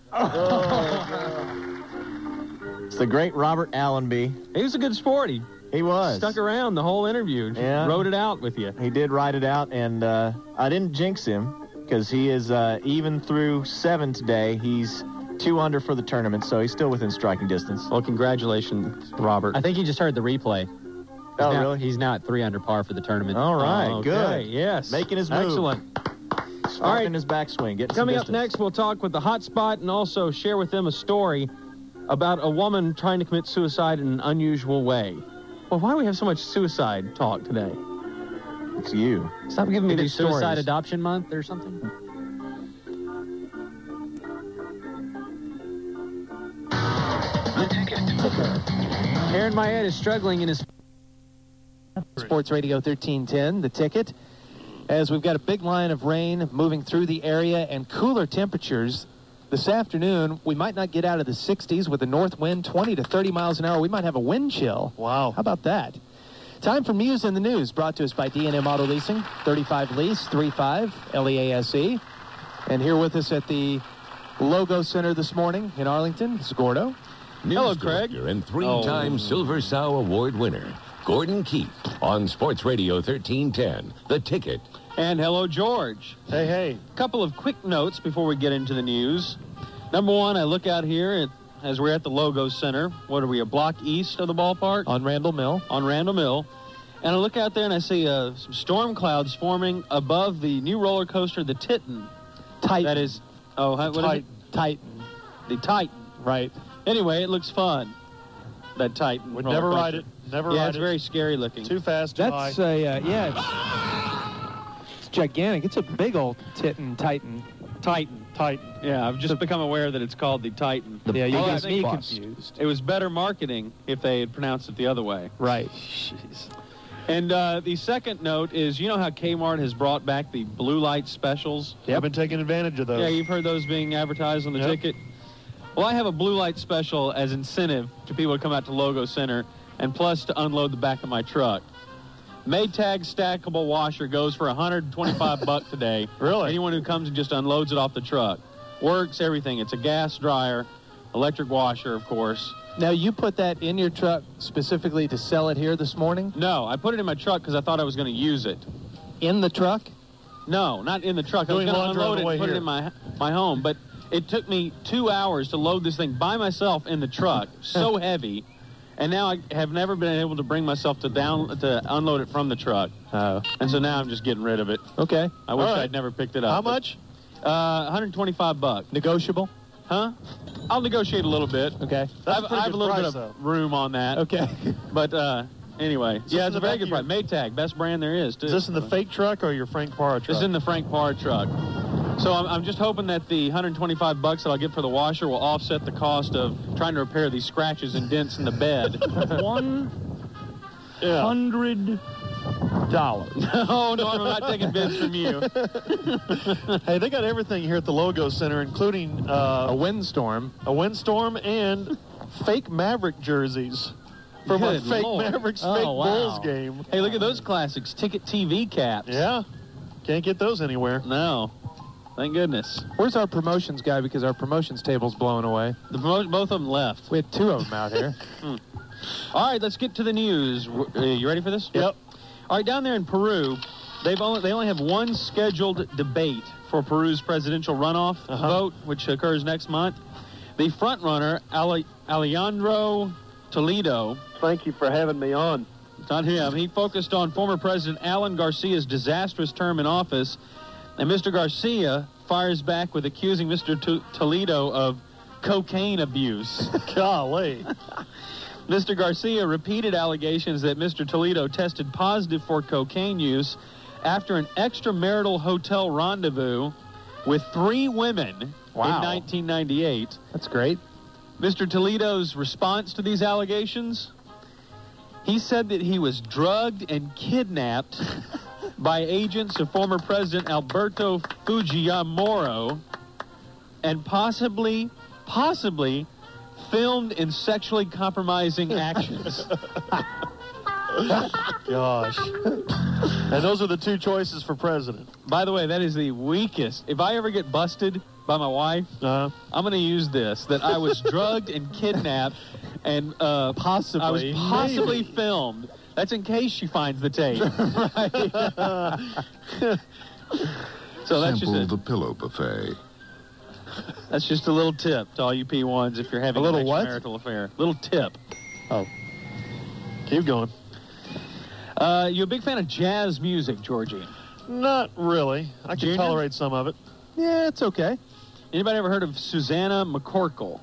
Speaker 4: It's the great Robert Allenby.
Speaker 3: He was a good sport. He,
Speaker 4: he was.
Speaker 3: Stuck around the whole interview. and
Speaker 4: Yeah.
Speaker 3: Wrote it out with you.
Speaker 4: He did ride it out, and uh, I didn't jinx him because he is uh, even through seven today. He's two under for the tournament, so he's still within striking distance.
Speaker 3: Well, congratulations, Robert.
Speaker 7: I think he just heard the replay.
Speaker 4: Oh,
Speaker 7: He's now-
Speaker 4: really?
Speaker 7: He's now at three under par for the tournament.
Speaker 4: All right,
Speaker 7: Oh,
Speaker 4: good.
Speaker 7: okay.
Speaker 3: Yes.
Speaker 4: Making his move.
Speaker 3: Excellent.
Speaker 4: Starting his backswing. Getting
Speaker 3: Coming
Speaker 4: some
Speaker 3: up
Speaker 4: distance.
Speaker 3: next, we'll talk with the hotspot and also share with them a story about a woman trying to commit suicide in an unusual way. Well, why do we have so much suicide talk today?
Speaker 4: It's you.
Speaker 3: Stop giving me
Speaker 7: It is
Speaker 3: these
Speaker 7: suicide
Speaker 3: stories.
Speaker 7: adoption month or something.
Speaker 6: Aaron Mayette is struggling in his Sports Radio 1310, the ticket. As we've got a big line of rain moving through the area and cooler temperatures this afternoon, we might not get out of the 60s with a north wind 20 to 30 miles an hour. We might have a wind chill. Wow. How about that? Time for Muse in the News, brought to us by DNM Auto Leasing, 35 Lease, 35 L-E-A-S-E. E. And here with us at the Logo Center this morning in Arlington is Gordo.
Speaker 16: News director and three-time Silver Sow Award winner, Gordon Keith, on Sports Radio 1310, The Ticket.
Speaker 3: And hello, George. Hey, hey. Couple of quick notes before we get into the news. Number one, I look out here at, as we're at the Logo Center. What are we, a block east of the ballpark?
Speaker 7: On Randall Mill.
Speaker 3: On Randall Mill. And I look out there and I see uh, some storm clouds forming above the new roller coaster, the Titan.
Speaker 7: Titan.
Speaker 3: That is, oh, how- what is it?
Speaker 7: Titan.
Speaker 3: The Titan.
Speaker 7: Right.
Speaker 3: Anyway, it looks fun. That Titan.
Speaker 21: Would
Speaker 3: roller
Speaker 21: never ride
Speaker 3: coaster.
Speaker 21: it. Never
Speaker 3: yeah,
Speaker 21: ride
Speaker 3: it's
Speaker 21: it.
Speaker 3: very scary looking.
Speaker 21: Too fast. Too
Speaker 7: That's
Speaker 21: high.
Speaker 7: a, uh, yeah, it's, it's gigantic. It's a big old titan titan.
Speaker 3: Titan.
Speaker 21: Titan.
Speaker 3: Yeah, I've just become aware that it's called the Titan.
Speaker 7: yeah, you
Speaker 3: Well, I
Speaker 7: got
Speaker 3: think
Speaker 7: me
Speaker 3: it's-
Speaker 7: confused.
Speaker 3: It was better marketing if they had pronounced it the other way.
Speaker 7: Right.
Speaker 3: And uh, the second note is, you know how Kmart has brought back the blue light specials?
Speaker 21: I've been taking advantage of those.
Speaker 3: Yeah, you've heard those being advertised on the
Speaker 21: Yep.
Speaker 3: ticket. Well, I have a blue light special as incentive to people to come out to Logo Center and plus to unload the back of my truck. Maytag stackable washer goes for 125
Speaker 21: <laughs>
Speaker 3: bucks today. Really? Anyone who comes and just unloads it off the truck. Works everything. It's a gas dryer, electric washer, of course.
Speaker 7: Now, you put that in your truck specifically to sell it here this morning?
Speaker 3: No, I put it in my truck because I thought I was going to use it.
Speaker 7: In the truck?
Speaker 3: No, not in the truck.
Speaker 7: Doing
Speaker 3: I was going
Speaker 7: laundry
Speaker 3: to
Speaker 7: on
Speaker 3: unload
Speaker 7: the
Speaker 3: it
Speaker 7: way
Speaker 3: and put
Speaker 7: here.
Speaker 3: it in my my home, but it took me two hours to load this thing by myself in
Speaker 7: <laughs>
Speaker 3: the truck. so heavy, and now I have never been able to bring myself to down to unload it from the truck.
Speaker 7: Oh.
Speaker 3: And so now I'm just getting rid of it.
Speaker 7: Okay.
Speaker 3: I wish
Speaker 7: All right.
Speaker 3: I'd never picked it up.
Speaker 7: How
Speaker 3: but-
Speaker 7: much?
Speaker 3: Uh, 125 bucks.
Speaker 7: Negotiable?
Speaker 3: Huh? I'll negotiate a little bit.
Speaker 7: Okay.
Speaker 21: That's a
Speaker 3: I've,
Speaker 21: pretty
Speaker 3: I have a
Speaker 21: good
Speaker 3: little
Speaker 21: price,
Speaker 3: bit of room on that. <laughs>
Speaker 7: Okay.
Speaker 3: But uh, anyway,
Speaker 21: Is this
Speaker 3: yeah,
Speaker 21: in
Speaker 3: it's
Speaker 21: the
Speaker 3: a very
Speaker 21: back
Speaker 3: good
Speaker 21: of your-
Speaker 3: price. Maytag, best brand there is. Too.
Speaker 21: Is this in the fake truck or your Frank Parra truck?
Speaker 3: This is in the Frank Parr truck. So I'm, I'm just hoping that the 125 bucks that I'll get for the washer will offset the cost of trying to repair these scratches and dents in the bed. <laughs> One hundred <laughs> dollars. Oh, No, no, I'm not taking bids from you.
Speaker 21: <laughs> hey, they got everything here at the Logo Center, including uh, a windstorm, a windstorm, and fake Maverick jerseys from a
Speaker 3: Good
Speaker 21: fake
Speaker 3: Lord.
Speaker 21: Mavericks
Speaker 3: Oh,
Speaker 21: fake
Speaker 3: wow.
Speaker 21: Bulls game.
Speaker 3: Hey, look at those classics. Ticket TV caps.
Speaker 21: Yeah, can't get those anywhere.
Speaker 3: No, thank goodness.
Speaker 7: Where's our promotions guy? Because our promotions table's blown away.
Speaker 3: The, both both of them left. Hmm.
Speaker 7: We had
Speaker 3: <laughs>
Speaker 7: two of them out here.
Speaker 3: All right, let's get to the news. W- Uh, you ready for this? Yep. All right, down there in Peru, they've only, they only have one scheduled debate for Peru's presidential runoff
Speaker 7: Uh-huh.
Speaker 3: vote, which occurs next month. The frontrunner, Ale- Alejandro Toledo. Thank you for having me on. Not him. He focused on former President Alan Garcia's disastrous term in office, and Mr. Garcia fires back with accusing Mr. To- Toledo of cocaine abuse. <laughs> Golly. Mr. Garcia repeated allegations that Mr. Toledo tested positive for cocaine use after an extramarital hotel rendezvous with three women
Speaker 6: Wow.
Speaker 3: in 1998.
Speaker 6: That's great.
Speaker 3: Mr. Toledo's response to these allegations? He said that he was drugged and
Speaker 6: <laughs>
Speaker 3: kidnapped by agents of former President Alberto Fujimori and possibly, possibly filmed in sexually compromising actions.
Speaker 21: <laughs>
Speaker 3: Gosh. and those are the two choices for president. By the way, that is the weakest. If I ever get busted by my wife, I'm going to use this that I was drugged and kidnapped and uh, possibly I was possibly
Speaker 6: Maybe.
Speaker 3: filmed. That's in case she finds the tape. right. <laughs> so that's just
Speaker 21: Sample
Speaker 3: a,
Speaker 21: the pillow buffet.
Speaker 3: that's just a little tip to all you P1s if you're having
Speaker 21: A little
Speaker 3: an
Speaker 21: what?
Speaker 3: marital affair. Little tip. Oh. Keep going. Uh, you a big fan of jazz music, Georgie? Not really. I can tolerate some of it. Yeah, it's okay. Anybody ever heard of Susanna McCorkle?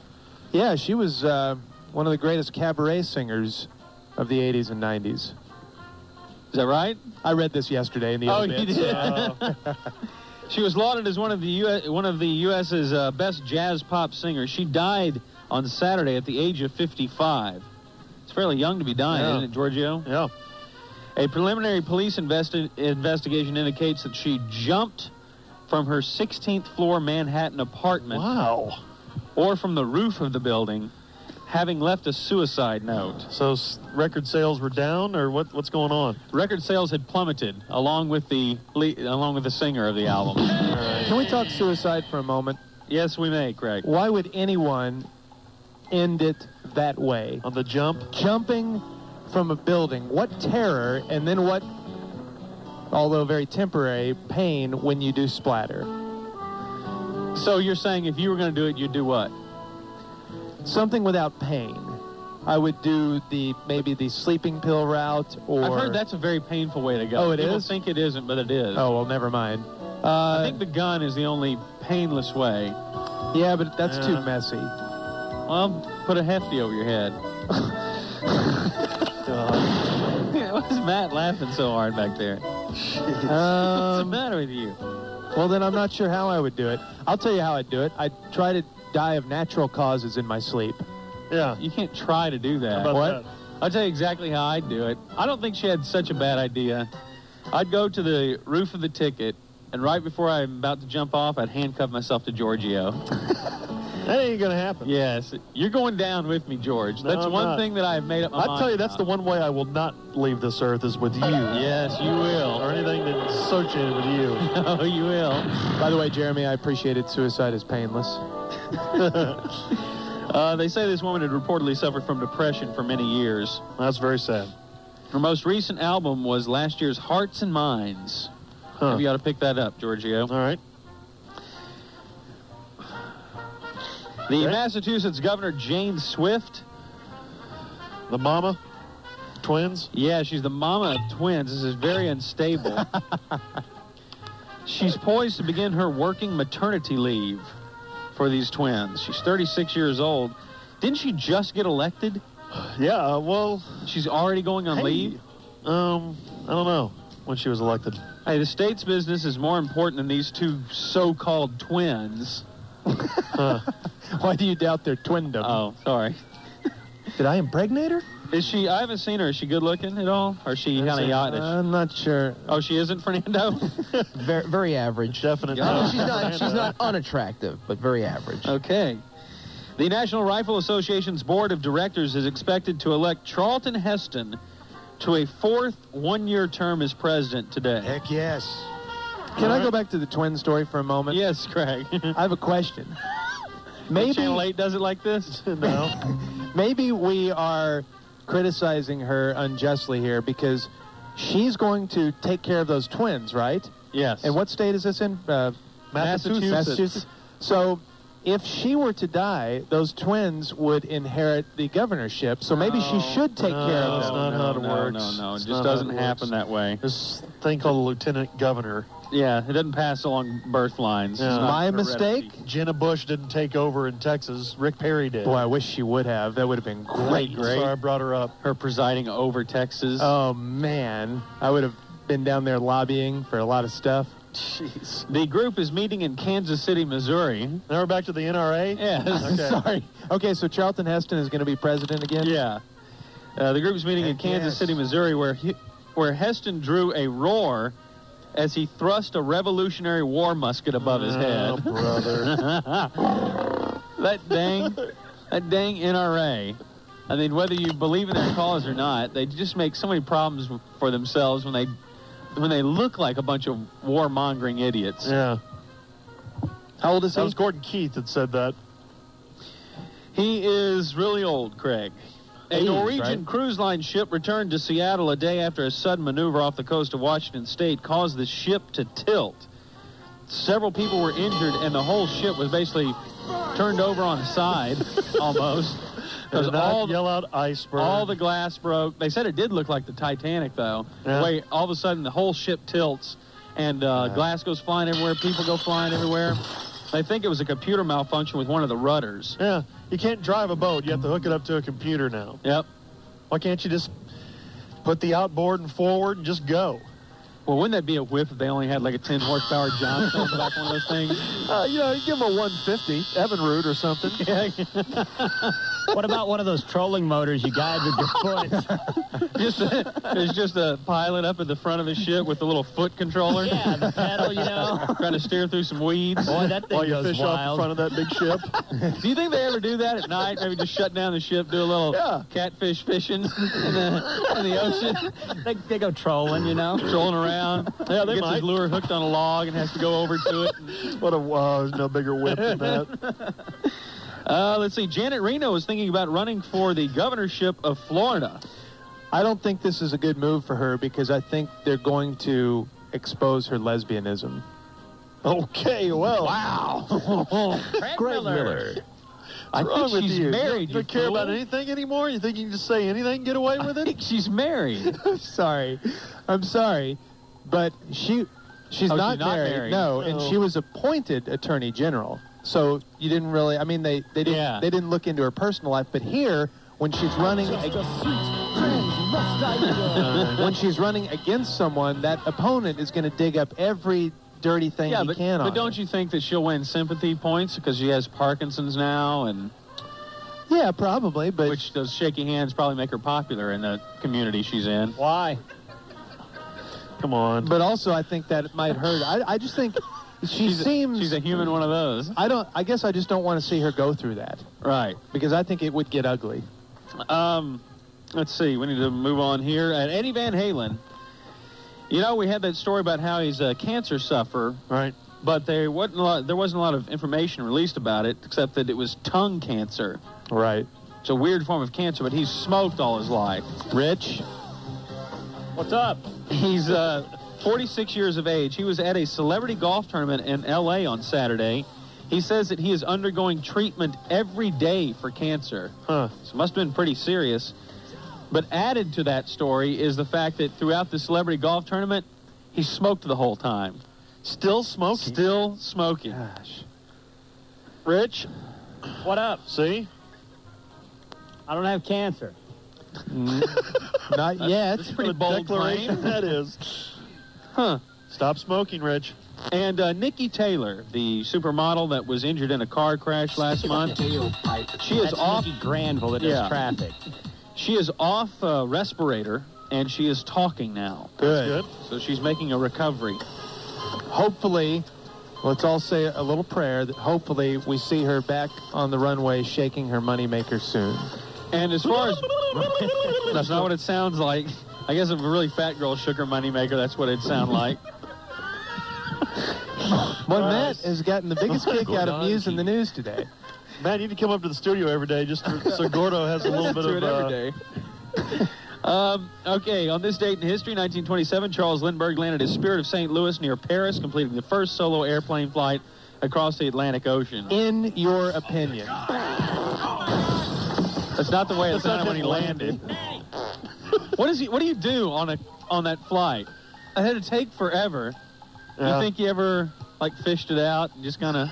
Speaker 6: Yeah, she was uh, one of the greatest cabaret singers of the 80s and 90s. Is
Speaker 3: that right?
Speaker 6: I read this yesterday in the
Speaker 3: oh,
Speaker 6: old
Speaker 3: you
Speaker 6: bits.
Speaker 3: did.
Speaker 6: <laughs>
Speaker 3: <laughs> she was lauded as one of the US, one of the U.S.'s uh, best jazz pop singers. She died on Saturday at the age of 55. It's fairly young to be dying,
Speaker 6: Yeah.
Speaker 3: isn't it, Giorgio?
Speaker 6: Yeah.
Speaker 3: A preliminary police investi- investigation indicates that she jumped from her 16th floor Manhattan apartment. Wow. Or from the roof of the building, having left a suicide note. So record sales were down, or what, what's going on? Record sales had plummeted along with the le- along with the singer of the album.
Speaker 6: Can we talk suicide for a moment?
Speaker 3: Yes, we may, Greg.
Speaker 6: Why would anyone end it that way?
Speaker 3: On the jump?
Speaker 6: Jumping from a building. What terror, and then what, although very temporary, pain when you do splatter.
Speaker 3: So you're saying if you were going to do it, you'd do what?
Speaker 6: Something without pain. I would do the maybe the sleeping pill route or.
Speaker 3: I've heard that's a very painful way to go.
Speaker 6: Oh, it
Speaker 3: it is. People
Speaker 6: is?
Speaker 3: think it isn't, but it is. Uh,
Speaker 6: Oh, well, never mind.
Speaker 3: I think the gun is the only painless way. Uh,
Speaker 6: Yeah, but that's
Speaker 3: Yeah.
Speaker 6: too messy.
Speaker 3: Well, put a hefty over your head. Why is Matt laughing so hard back <laughs> there? What's the
Speaker 6: Um,
Speaker 3: matter with you?
Speaker 6: Well, then I'm not sure how I would do it. I'll tell you how I'd do it. I'd try to die of natural causes in my sleep.
Speaker 3: Yeah. You can't try to do that.
Speaker 6: How about What?
Speaker 3: That? I'll tell you exactly how I'd do it. I don't think she had such a bad idea. I'd go to the roof of the ticket, and right before I'm about to jump off, I'd handcuff myself to <laughs> Giorgio. that ain't gonna happen. Yes, you're going down with me, George. No, that's I'm one not. thing that I've made up my I'll mind tell you, that's about. the one way I will not leave this earth is with you. Yes, you will. Or anything that's associated with you.
Speaker 6: <laughs>
Speaker 3: no, you will.
Speaker 6: By the way, Jeremy, I appreciated suicide is
Speaker 3: <laughs>
Speaker 6: painless.
Speaker 3: Uh, they say this woman had reportedly suffered from depression for many years. That's very sad. Her most recent album was last year's Hearts and Minds. Maybe you ought to pick that up, Giorgio. All right. The Massachusetts Governor Jane Swift. The mama? Twins? Yeah, she's the mama of twins. This is very unstable. <laughs> she's poised to begin her working maternity leave for these twins. She's 36 years old. Didn't she just get elected? <sighs> Yeah, uh, well. She's already going on
Speaker 6: Hey.
Speaker 3: leave? Um, I don't know when she was elected. Hey, the state's business is more important than these two so called twins.
Speaker 6: Why do you doubt their twindom?
Speaker 3: Oh, sorry.
Speaker 6: Did I impregnate her?
Speaker 3: Is she, I haven't seen her. Is she good looking at all? Or is she kind of yachtish?
Speaker 6: I'm not sure.
Speaker 3: Oh, she isn't,
Speaker 7: <laughs>
Speaker 3: Fernando?
Speaker 7: Very, very average.
Speaker 3: Definitely. <laughs>
Speaker 7: she's not. She's not unattractive, but very average.
Speaker 3: Okay. The National Rifle Association's board of directors is expected to elect Charlton Heston to a fourth one-year term as president today. Heck yes.
Speaker 6: Can I go back to the twin story for a moment?
Speaker 3: Yes, Craig.
Speaker 6: <laughs> I have
Speaker 3: <laughs>
Speaker 6: a question. Maybe
Speaker 3: Channel 8 does it like <laughs> this?
Speaker 6: no. Maybe we are criticizing her unjustly here because
Speaker 7: She's going to take care of those twins, right?
Speaker 3: Yes.
Speaker 7: And what state is this in? Uh,
Speaker 3: Massachusetts.
Speaker 7: Massachusetts. So if she were to die, those twins would inherit the governorship. So maybe she should take care of them.
Speaker 3: no, no, No, no, it just doesn't happen that way.
Speaker 21: This thing called a lieutenant governor.
Speaker 3: Yeah, it doesn't pass along birth lines. It's not
Speaker 21: My
Speaker 3: heredity.
Speaker 21: mistake. Jenna Bush didn't take over in Texas. Rick Perry did.
Speaker 6: Boy, I wish she would have. That would have been great.
Speaker 21: Great. Sorry I brought her up.
Speaker 3: Her presiding over Texas.
Speaker 6: Oh man, I would have been down there lobbying for a lot of stuff.
Speaker 3: Jeez. The group is meeting in Kansas City, Missouri.
Speaker 21: Now we're back to the
Speaker 7: <laughs>
Speaker 21: NRA.
Speaker 3: Yes.
Speaker 7: Sorry. Okay, so Charlton Heston is going to be president again.
Speaker 3: Yeah. Uh, the group is meeting in Kansas City, Missouri, where he, where Heston drew a roar as he thrust a Revolutionary War musket above
Speaker 7: Oh,
Speaker 3: his head. <laughs> that dang, that dang NRA. I mean, whether you believe in their cause or not, they just make so many problems for themselves when they when they look like a bunch of warmongering idiots.
Speaker 21: Yeah.
Speaker 3: How old is
Speaker 21: That was Gordon Keith that said that.
Speaker 3: He is really old, Craig. A
Speaker 21: Eighties,
Speaker 3: Norwegian
Speaker 21: right?
Speaker 3: cruise line ship returned to Seattle a day after a sudden maneuver off the coast of Washington state caused the ship to tilt. Several people were injured, and the whole ship was basically turned over on its
Speaker 21: <laughs>
Speaker 3: side, almost. Because
Speaker 21: Did not
Speaker 3: all the,
Speaker 21: yell out iceberg.
Speaker 3: all the glass broke. They said it did look like the Titanic, though.
Speaker 21: Yeah.
Speaker 3: Wait, all of a sudden the whole ship tilts, and uh, glass goes flying everywhere. People go flying everywhere. They think it was a computer malfunction with one of the rudders.
Speaker 21: Yeah. You can't drive a boat. You have to hook it up to a computer now.
Speaker 3: Yep.
Speaker 21: Why can't you just put the outboard and forward and just go?
Speaker 3: Well, wouldn't that be a whiff if they only had like a 10 horsepower Johnson <laughs> back one of those things?
Speaker 21: Uh, you know, you give them a 150, Evinrude or
Speaker 3: <laughs>
Speaker 21: something.
Speaker 15: <laughs>
Speaker 21: <laughs>
Speaker 15: What about one of those trolling motors you guide with <laughs> your foot?
Speaker 3: Just it's just a pilot up at the front of his ship with a little foot controller. Yeah, the pedal, you know, trying to steer through some weeds.
Speaker 15: Boy, that thing
Speaker 21: While you
Speaker 15: goes
Speaker 21: fish
Speaker 15: wild.
Speaker 21: off the front of that big ship.
Speaker 3: <laughs> Do you think they ever do that at night? Maybe just shut down the ship, do a little catfish fishing in the, in the ocean,
Speaker 15: they, they go trolling, you know.
Speaker 3: trolling around.
Speaker 21: Yeah, they
Speaker 3: Gets
Speaker 21: might.
Speaker 3: his lure hooked on a log and has to go over to it.
Speaker 21: <laughs> What a wow! There's no bigger whip than
Speaker 3: <laughs>
Speaker 21: that.
Speaker 3: Uh, let's see. Janet Reno is thinking about running for the governorship of Florida.
Speaker 6: I don't think this is a good move for her because I think they're going to expose her lesbianism.
Speaker 21: Okay, well. <laughs>
Speaker 3: Wow.
Speaker 21: Greg
Speaker 3: <laughs>
Speaker 21: Miller.
Speaker 3: I
Speaker 21: What's wrong
Speaker 3: think
Speaker 21: with
Speaker 3: she's
Speaker 21: you? You
Speaker 3: married.
Speaker 21: Don't,
Speaker 3: you
Speaker 21: care about
Speaker 3: fool.
Speaker 21: anything anymore. You think you can just say anything, and get away with
Speaker 3: I
Speaker 21: it?
Speaker 3: think she's
Speaker 21: <laughs>
Speaker 3: married. Uh,
Speaker 6: I'm sorry. I'm sorry. But she she's
Speaker 3: Oh, she's
Speaker 6: not,
Speaker 3: not
Speaker 6: married,
Speaker 3: married.
Speaker 6: No, and
Speaker 3: Oh.
Speaker 6: she was appointed attorney general. So you didn't really I mean they, they didn't
Speaker 3: Yeah.
Speaker 6: they didn't look into her personal life, but here when she's running
Speaker 3: <laughs>
Speaker 6: ag- when she's running against someone, that opponent is going to dig up every dirty thing
Speaker 3: yeah,
Speaker 6: he
Speaker 3: but,
Speaker 6: can
Speaker 3: but
Speaker 6: on.
Speaker 3: don't you think that she'll win sympathy points because she has Parkinson's now, and
Speaker 6: her. Yeah, probably, but
Speaker 3: which those shaky hands probably make her popular in the community she's in.
Speaker 15: Why?
Speaker 21: Come on.
Speaker 6: but also I think that it might hurt. I I just
Speaker 3: <laughs>
Speaker 6: think she
Speaker 3: she's
Speaker 6: seems
Speaker 3: a, she's a human one of those,
Speaker 6: I don't I guess I just don't want to see her go through that
Speaker 3: right?
Speaker 6: because I think it would get ugly.
Speaker 3: Um, let's see. We need to move on here. At Eddie Van Halen, you know, we had that story about how he's a cancer sufferer,
Speaker 21: Right.
Speaker 3: but there wasn't a lot, there wasn't a lot of information released about it except that it was tongue cancer.
Speaker 6: Right.
Speaker 3: It's a weird form of cancer, but he's smoked all his life.
Speaker 6: Rich,
Speaker 15: What's up?
Speaker 3: He's uh, 46 years of age. He was at a celebrity golf tournament in L.A. on Saturday. He says that he is undergoing treatment every day for cancer.
Speaker 21: Huh.
Speaker 3: So it must have been pretty serious. But added to that story is the fact that throughout the celebrity golf tournament, he smoked the whole time.
Speaker 21: Still smoking.
Speaker 3: Still smoking.
Speaker 21: Rich,
Speaker 15: What up?
Speaker 21: see?
Speaker 15: I don't have cancer.
Speaker 3: Mm.
Speaker 6: not yet.
Speaker 3: That's a pretty
Speaker 21: What a
Speaker 3: bold
Speaker 21: declaration <laughs>
Speaker 3: claim.
Speaker 21: that is.
Speaker 3: Huh.
Speaker 21: Stop smoking, Rich.
Speaker 3: And uh, Nikki Taylor, the supermodel that was injured in a car crash last month, she is
Speaker 15: That's
Speaker 3: off.
Speaker 15: Nikki Granville that does
Speaker 3: Yeah.
Speaker 15: traffic.
Speaker 3: She is off uh, respirator and she is talking now.
Speaker 6: Good.
Speaker 3: So she's making a recovery.
Speaker 6: Hopefully, let's all say a little prayer that hopefully we see her back on the runway shaking her moneymaker soon.
Speaker 3: And as far
Speaker 15: <laughs>
Speaker 3: as that's not what it sounds like. I guess if a really fat girl shook her moneymaker, that's what it'd sound like.
Speaker 6: Well, Matt has gotten the
Speaker 21: <laughs>
Speaker 6: biggest kick out of news in the news today.
Speaker 3: <laughs>
Speaker 21: Man, you need to come up to the studio every day just for, so Gordo has a little bit
Speaker 3: Do
Speaker 21: of
Speaker 3: it
Speaker 21: uh,
Speaker 3: every day. Um, okay, on this date in history, 1927, Charles Lindbergh landed his Spirit of St. Louis near Paris, completing the first solo airplane flight across the Atlantic Ocean.
Speaker 6: In your opinion.
Speaker 3: That's not the way it
Speaker 6: That's not
Speaker 3: sounded when he
Speaker 6: just
Speaker 3: landed. what is he? What do you do on a on that flight? It had to take forever.
Speaker 22: Yeah.
Speaker 3: You think you ever like fished it out and just kind
Speaker 6: <laughs>
Speaker 3: of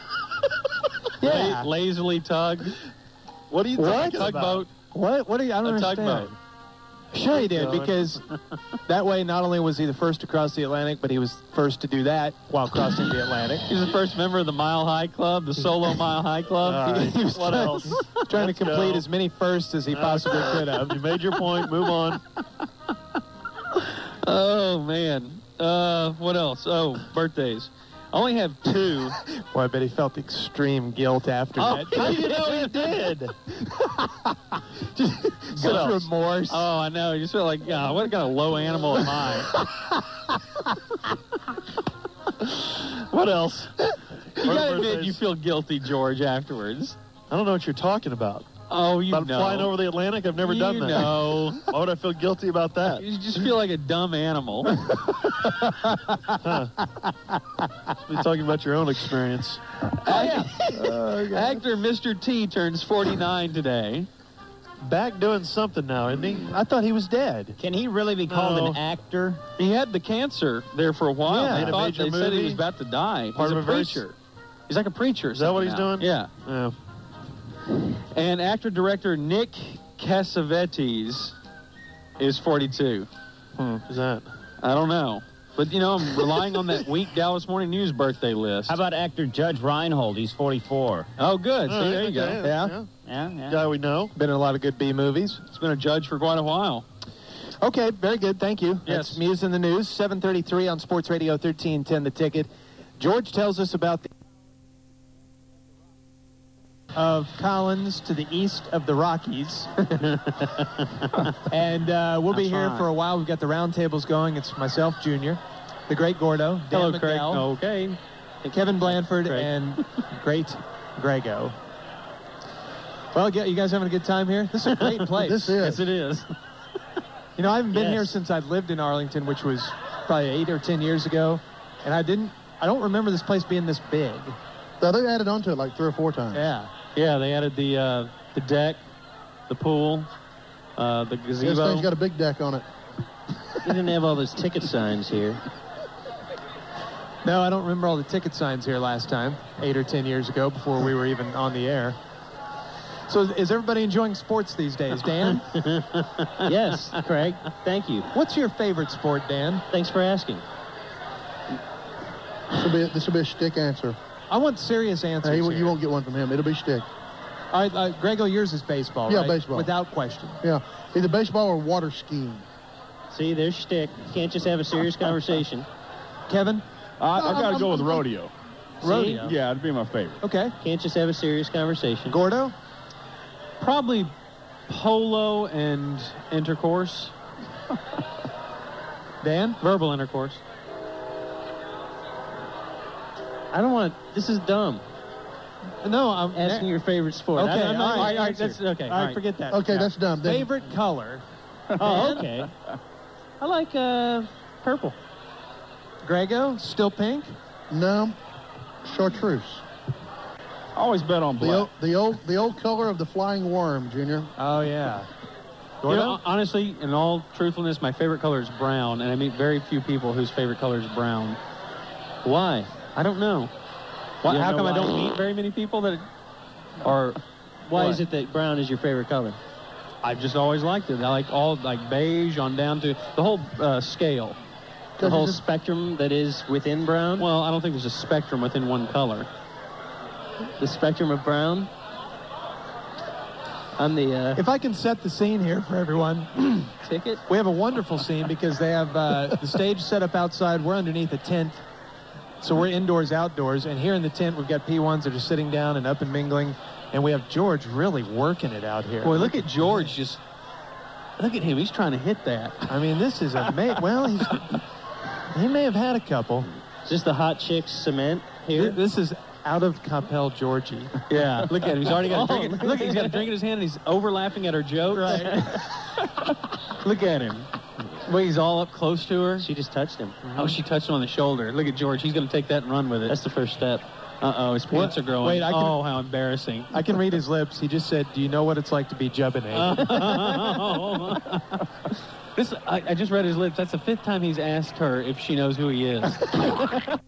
Speaker 22: Yeah.
Speaker 3: lazily tug? What do you
Speaker 6: What?
Speaker 3: think? Tugboat.
Speaker 6: What? What are you? I don't
Speaker 3: A
Speaker 6: understand.
Speaker 3: tugboat.
Speaker 6: Sure, he did
Speaker 3: Going. <laughs>
Speaker 6: because that way, not only was he the first to cross the Atlantic, but he was first to do that while crossing the Atlantic.
Speaker 3: He's the first member of the Mile High Club, the Solo Mile High Club. <laughs>
Speaker 6: He was
Speaker 3: what
Speaker 6: trying,
Speaker 3: else?
Speaker 6: trying
Speaker 3: Let's
Speaker 6: to complete
Speaker 3: go.
Speaker 6: as many firsts as he possibly could have.
Speaker 3: You made your point. Move on. <laughs> Oh man. Uh, what else? Oh, birthdays. I only have two.
Speaker 6: <laughs> Boy, I bet he felt extreme guilt after
Speaker 3: Oh,
Speaker 6: that.
Speaker 3: how do <laughs> you know he did?
Speaker 6: Such remorse.
Speaker 3: Oh, I know. You just feel like, God, what kind of low animal am I? <laughs> what else? You gotta admit you feel guilty, George, afterwards.
Speaker 21: I don't know what you're talking about.
Speaker 3: Oh, you
Speaker 21: about
Speaker 3: know.
Speaker 21: flying over the Atlantic? I've never
Speaker 3: You
Speaker 21: done that.
Speaker 3: know.
Speaker 21: <laughs> Why would I feel guilty about that?
Speaker 3: You just feel like a dumb
Speaker 21: <laughs>
Speaker 3: animal.
Speaker 21: You're talking about your own experience.
Speaker 3: Oh, <laughs> Actor Mr. T turns 49 today.
Speaker 21: Back doing something now, isn't he? I thought he was dead.
Speaker 15: Can he really be called an actor?
Speaker 3: He had the cancer there for a while.
Speaker 21: Yeah. In
Speaker 3: they
Speaker 21: a
Speaker 3: thought
Speaker 21: major
Speaker 3: they said he
Speaker 21: movie?
Speaker 3: was about to die.
Speaker 21: Part of
Speaker 3: he's a
Speaker 21: a verse?
Speaker 3: preacher. He's like a preacher. or
Speaker 21: Is that what
Speaker 3: something
Speaker 21: he's
Speaker 3: now.
Speaker 21: doing?
Speaker 3: Yeah. And actor director Nick Cassavetes is 42.
Speaker 21: Who's that?
Speaker 3: Hmm. I don't know. But, you know, I'm relying on that weak Dallas Morning News birthday list.
Speaker 15: How about actor Judge Reinhold? He's 44.
Speaker 3: Oh, good. See,
Speaker 15: All right,
Speaker 3: there you go.
Speaker 21: okay, yeah.
Speaker 15: Yeah, yeah.
Speaker 21: Guy we know.
Speaker 6: Been in a lot of good B movies.
Speaker 3: He's been a judge for quite a while.
Speaker 6: Okay, very good. Thank you.
Speaker 3: Yes.
Speaker 6: That's Muse in the News, 733 on Sports Radio 1310 The Ticket. George tells us about the of Collins to the east of the Rockies.
Speaker 22: <laughs>
Speaker 6: and uh, we'll be
Speaker 22: That's
Speaker 6: here
Speaker 22: right.
Speaker 6: for a while. We've got the roundtables going. It's myself, Junior, the great Gordo, Dan
Speaker 22: Hello, Craig.
Speaker 6: McDowell,
Speaker 3: Okay.
Speaker 6: and Kevin Blanford,
Speaker 22: Craig. <laughs>
Speaker 6: and great Grego. Well, you guys having a good time here? This is
Speaker 15: <laughs>
Speaker 6: a great place.
Speaker 22: This is.
Speaker 3: Yes, it is.
Speaker 6: <laughs> You know, I haven't been
Speaker 22: Yes.
Speaker 6: here since I lived in Arlington, which was probably eight or ten years ago, and I didn't. I don't remember this place being this big.
Speaker 22: So they added onto it like three or four times.
Speaker 6: Yeah.
Speaker 3: Yeah, they added the uh, the deck, the pool, uh, the
Speaker 22: This
Speaker 3: gazebo.
Speaker 22: thing's got a big deck on it.
Speaker 15: You didn't have all those ticket signs here.
Speaker 6: No, I don't remember all the ticket signs here last time, eight or ten years ago, before we were even on the air. So, is everybody enjoying sports these days, Dan?
Speaker 15: <laughs> yes, Craig. Thank you.
Speaker 6: What's your favorite sport, Dan?
Speaker 15: Thanks for asking.
Speaker 22: This will be, this will be a shtick answer.
Speaker 6: I want serious answers.
Speaker 22: Hey, you,
Speaker 6: here.
Speaker 22: you won't get one from him. It'll be shtick.
Speaker 6: All right, uh, Grego, yours is baseball.
Speaker 22: Yeah,
Speaker 6: right?
Speaker 22: baseball.
Speaker 6: Without question.
Speaker 22: Yeah, either baseball or water skiing.
Speaker 15: See, there's shtick. You can't just have a
Speaker 6: <laughs>
Speaker 15: serious conversation.
Speaker 6: Kevin? uh,
Speaker 2: I, I gotta go with rodeo.
Speaker 15: Oh, Rodeo?
Speaker 2: Yeah, it'd be my favorite.
Speaker 6: Okay.
Speaker 15: Can't just have a serious conversation.
Speaker 6: Gordo?
Speaker 3: Probably polo and
Speaker 2: <laughs>
Speaker 3: intercourse.
Speaker 6: Dan?
Speaker 3: Verbal intercourse.
Speaker 15: I don't want to. This is dumb.
Speaker 6: No, I'm
Speaker 15: asking your favorite sport.
Speaker 3: Okay,
Speaker 15: I, I'm not
Speaker 3: all
Speaker 15: gonna
Speaker 3: right, all right,
Speaker 15: answer.
Speaker 3: that's- okay,
Speaker 6: all right, forget that.
Speaker 22: Okay,
Speaker 6: Yeah.
Speaker 22: that's dumb. Then.
Speaker 6: Favorite color?
Speaker 15: Oh, okay. I like uh, purple.
Speaker 6: Grego? Still pink?
Speaker 22: No, chartreuse.
Speaker 2: Always bet on
Speaker 22: The old, the old, the old color of the flying worm, Junior.
Speaker 6: Oh, yeah.
Speaker 3: You know, honestly, in all truthfulness, my favorite color is brown, and I meet very few people whose favorite color is brown. Why? I don't know. Why,
Speaker 15: You don't
Speaker 3: how
Speaker 15: know
Speaker 3: come I
Speaker 15: why?
Speaker 3: don't meet very many people that are?
Speaker 15: Why
Speaker 3: What?
Speaker 15: is it that brown is your favorite color?
Speaker 3: I've just always liked it. I like all like beige on down to the whole uh, scale.
Speaker 15: The whole
Speaker 3: it's a-
Speaker 15: spectrum that is within brown?
Speaker 3: Well, I don't think there's a spectrum within one color.
Speaker 15: The spectrum of brown? I'm the uh,
Speaker 6: If I can set the scene here for everyone, <clears throat>
Speaker 15: ticket?
Speaker 6: we have a wonderful scene because they have uh, the stage set up outside. We're underneath a tent, so we're indoors, outdoors. And here in the tent, we've got P1s that are sitting down and up and mingling, and we have George really working it out here.
Speaker 3: Boy, look at George just. Look at him. He's trying to hit that.
Speaker 6: I mean, this is
Speaker 3: <laughs>
Speaker 6: amazing. well, he's, he may have had a couple.
Speaker 15: Is this the hot chicks cement here?
Speaker 6: Th- This is out of Capel, Georgia.
Speaker 23: Yeah. Look at him. He's already got a drink.
Speaker 6: Oh,
Speaker 23: in- Look, he's got a drink in his hand. and He's overlapping at her jokes. <laughs> Right.
Speaker 3: Look at him. Well, he's all up close to her. She just touched him. Oh, she touched him on the shoulder. Look at George. He's going to take that and run with it. That's the first step. Uh oh, his pants
Speaker 23: What?
Speaker 3: are growing.
Speaker 23: Wait, I can-
Speaker 3: oh, how
Speaker 23: <laughs>
Speaker 3: embarrassing. <laughs>
Speaker 6: I can read his lips. He just said, "Do you know what it's like to be
Speaker 3: Oh,
Speaker 6: Jebonate?"
Speaker 23: This I, I just read his lips. That's the fifth time he's asked her if she knows who he is.